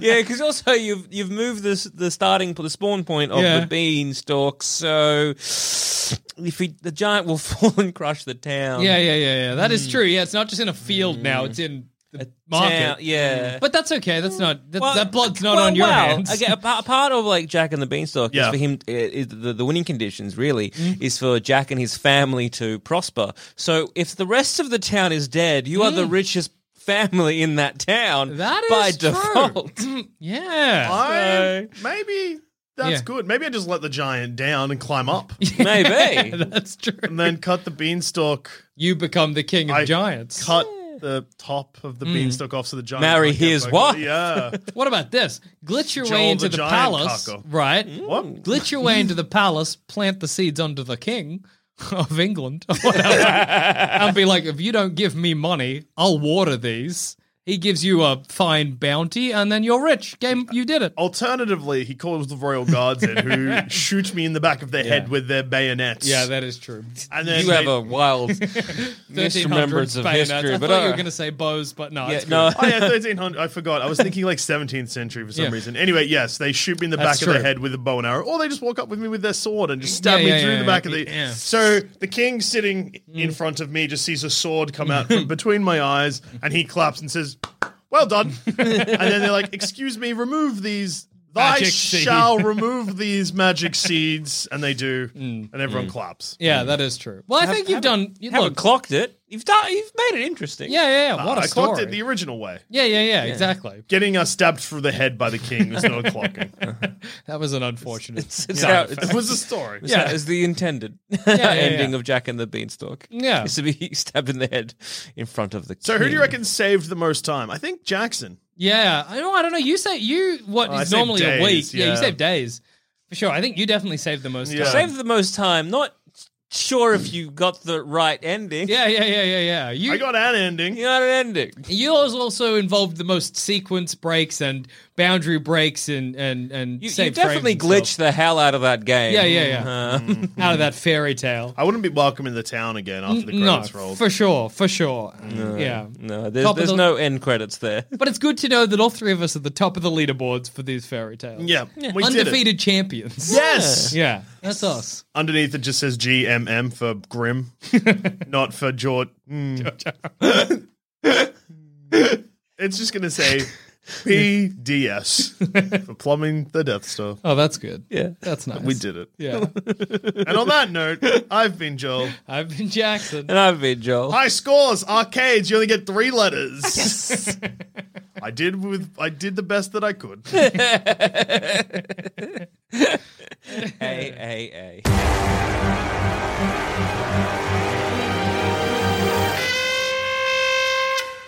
Speaker 3: Yeah, because also you've you've moved this the starting the spawn point of
Speaker 1: Yeah.
Speaker 3: the beanstalk, so if he, the giant will fall and crush the town.
Speaker 1: Yeah, yeah, yeah, yeah. That
Speaker 3: Mm.
Speaker 1: is true. Yeah, it's not just in a field now; it's in the market.
Speaker 3: Town- yeah.
Speaker 1: But that's okay. That's not that,
Speaker 3: Well,
Speaker 1: that blood's not
Speaker 3: well,
Speaker 1: on your
Speaker 3: well,
Speaker 1: hands.
Speaker 3: Again, a, pa- a part of like Jack and the Beanstalk
Speaker 2: Yeah.
Speaker 3: is for him. uh, Is the, the winning conditions really
Speaker 1: Mm.
Speaker 3: is for Jack and his family to prosper. So if the rest of the town is dead, you are the richest family in that town
Speaker 1: Mm. That is
Speaker 3: by
Speaker 1: true.
Speaker 3: default.
Speaker 1: yeah.
Speaker 2: I maybe that's
Speaker 1: Yeah.
Speaker 2: good. Maybe I just let the giant down and climb up,
Speaker 3: Maybe.
Speaker 1: that's true.
Speaker 2: and then cut the beanstalk.
Speaker 1: You become the king of
Speaker 2: I
Speaker 1: giants.
Speaker 2: Cut the top of the beanstalk off so the giant.
Speaker 3: Hmm. Marry
Speaker 2: can't get
Speaker 3: his
Speaker 2: back-
Speaker 3: wife.
Speaker 2: Yeah.
Speaker 1: What about this? Glitch your
Speaker 2: Joel
Speaker 1: way into
Speaker 2: the
Speaker 1: the,
Speaker 2: Giant Hmm?
Speaker 1: palace,
Speaker 2: cocker.
Speaker 1: right?
Speaker 2: What?
Speaker 1: Glitch your way into the palace, plant the seeds onto the king of England, or whatever, and be like, if you don't give me money, I'll water these. He gives you a fine bounty, and then you're rich. Game, you did it.
Speaker 2: Alternatively, he calls the royal guards in, who shoot me in the back of the head with their bayonets.
Speaker 1: Yeah, that is true.
Speaker 2: and then
Speaker 3: you
Speaker 2: they-
Speaker 3: have a wild
Speaker 1: 1300s
Speaker 3: misremembrance of
Speaker 1: bayonets.
Speaker 3: history.
Speaker 1: I
Speaker 3: But
Speaker 1: thought you were
Speaker 3: uh,
Speaker 1: going to say bows, but no.
Speaker 3: yeah,
Speaker 1: it's good.
Speaker 3: no.
Speaker 2: oh yeah, thirteen hundred. I forgot. I was thinking like seventeenth century for some
Speaker 1: Yeah.
Speaker 2: reason. Anyway, yes, they shoot me in the
Speaker 1: That's
Speaker 2: back of
Speaker 1: true.
Speaker 2: the head with a bow and arrow, or they just walk up with me with their sword and just stab
Speaker 1: Yeah,
Speaker 2: me
Speaker 1: yeah,
Speaker 2: through
Speaker 1: yeah,
Speaker 2: the back
Speaker 1: yeah.
Speaker 2: of the.
Speaker 1: Yeah. Mm.
Speaker 2: So the king sitting in front of me just sees a sword come out from between my eyes, and he claps and says, "Well done." and then they're like, "Excuse me, remove these." Thy
Speaker 1: Magic seed."
Speaker 2: shall remove these magic seeds, and they do, and everyone claps.
Speaker 1: Mm, Yeah, that is true. Well, I think you've done. You
Speaker 3: you haven't
Speaker 1: look,
Speaker 3: clocked it. You've done. You've made it interesting.
Speaker 1: yeah, yeah, yeah. What a
Speaker 2: I
Speaker 1: story.
Speaker 2: clocked it the original way.
Speaker 1: yeah, yeah, yeah, exactly.
Speaker 2: Getting us stabbed through the head by the king is not a clocking.
Speaker 1: That was an unfortunate.
Speaker 3: It's
Speaker 2: Yeah,
Speaker 3: how- it's-
Speaker 2: it was a story.
Speaker 3: it's how- it's the intended
Speaker 1: yeah,
Speaker 3: ending
Speaker 1: yeah.
Speaker 3: of Jack and the Beanstalk.
Speaker 1: Yeah.
Speaker 3: Is to be stabbed in the head in front of the.
Speaker 2: So who do
Speaker 3: king.
Speaker 2: you reckon saved the most time? I think Jackson.
Speaker 1: yeah, I don't. I don't know. You say you what
Speaker 2: Oh,
Speaker 1: is
Speaker 2: I saved
Speaker 1: normally a
Speaker 2: days,
Speaker 1: week. Yeah. you
Speaker 2: yeah.
Speaker 1: saved days for sure. I think you definitely saved the most.
Speaker 2: Yeah.
Speaker 1: time.
Speaker 3: Saved the most time. Not sure if you got the right ending.
Speaker 1: Yeah, yeah, yeah, yeah, yeah. You
Speaker 2: I got an ending.
Speaker 3: You got an ending.
Speaker 1: Yours also involved the most sequence breaks and boundary breaks and and and
Speaker 3: You, you
Speaker 1: saved frames
Speaker 3: definitely
Speaker 1: and stuff.
Speaker 3: glitched the hell out of that game.
Speaker 1: Yeah, yeah, Mm. yeah.
Speaker 3: Uh,
Speaker 1: Out of that fairy tale.
Speaker 2: I wouldn't be welcome in the town again after the
Speaker 1: No,
Speaker 2: credits rolled.
Speaker 1: for sure, for sure. yeah.
Speaker 3: no, there's,
Speaker 1: Top of
Speaker 3: there's
Speaker 1: the-
Speaker 3: no end credits there.
Speaker 1: But it's good to know that all three of us are the top of the leaderboards for these fairy tales.
Speaker 2: Yeah, we Did it.
Speaker 1: Undefeated champions.
Speaker 2: Yes.
Speaker 1: Yeah. That's us.
Speaker 2: Underneath it just says GMM for Grim, not for Jort. Hmm. mm. it's just gonna say PDS for plumbing the Death Star.
Speaker 1: Oh, that's good. Yeah. That's nice.
Speaker 2: We did it.
Speaker 1: Yeah.
Speaker 2: And on that note, I've been Joel.
Speaker 1: I've been Jackson.
Speaker 3: And I've been Joel.
Speaker 2: High scores, arcades. You only get three letters. I did with I did the best that I could.
Speaker 3: A A A.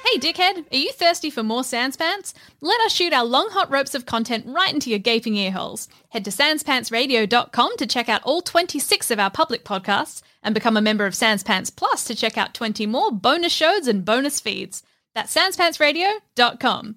Speaker 8: Hey, dickhead, are you thirsty for more Sanspants? Let us shoot our long hot ropes of content right into your gaping earholes. Head to sanspantsradio.com to check out all 26 of our public podcasts and become a member of Sanspants Plus to check out 20 more bonus shows and bonus feeds. That's sanspantsradio.com.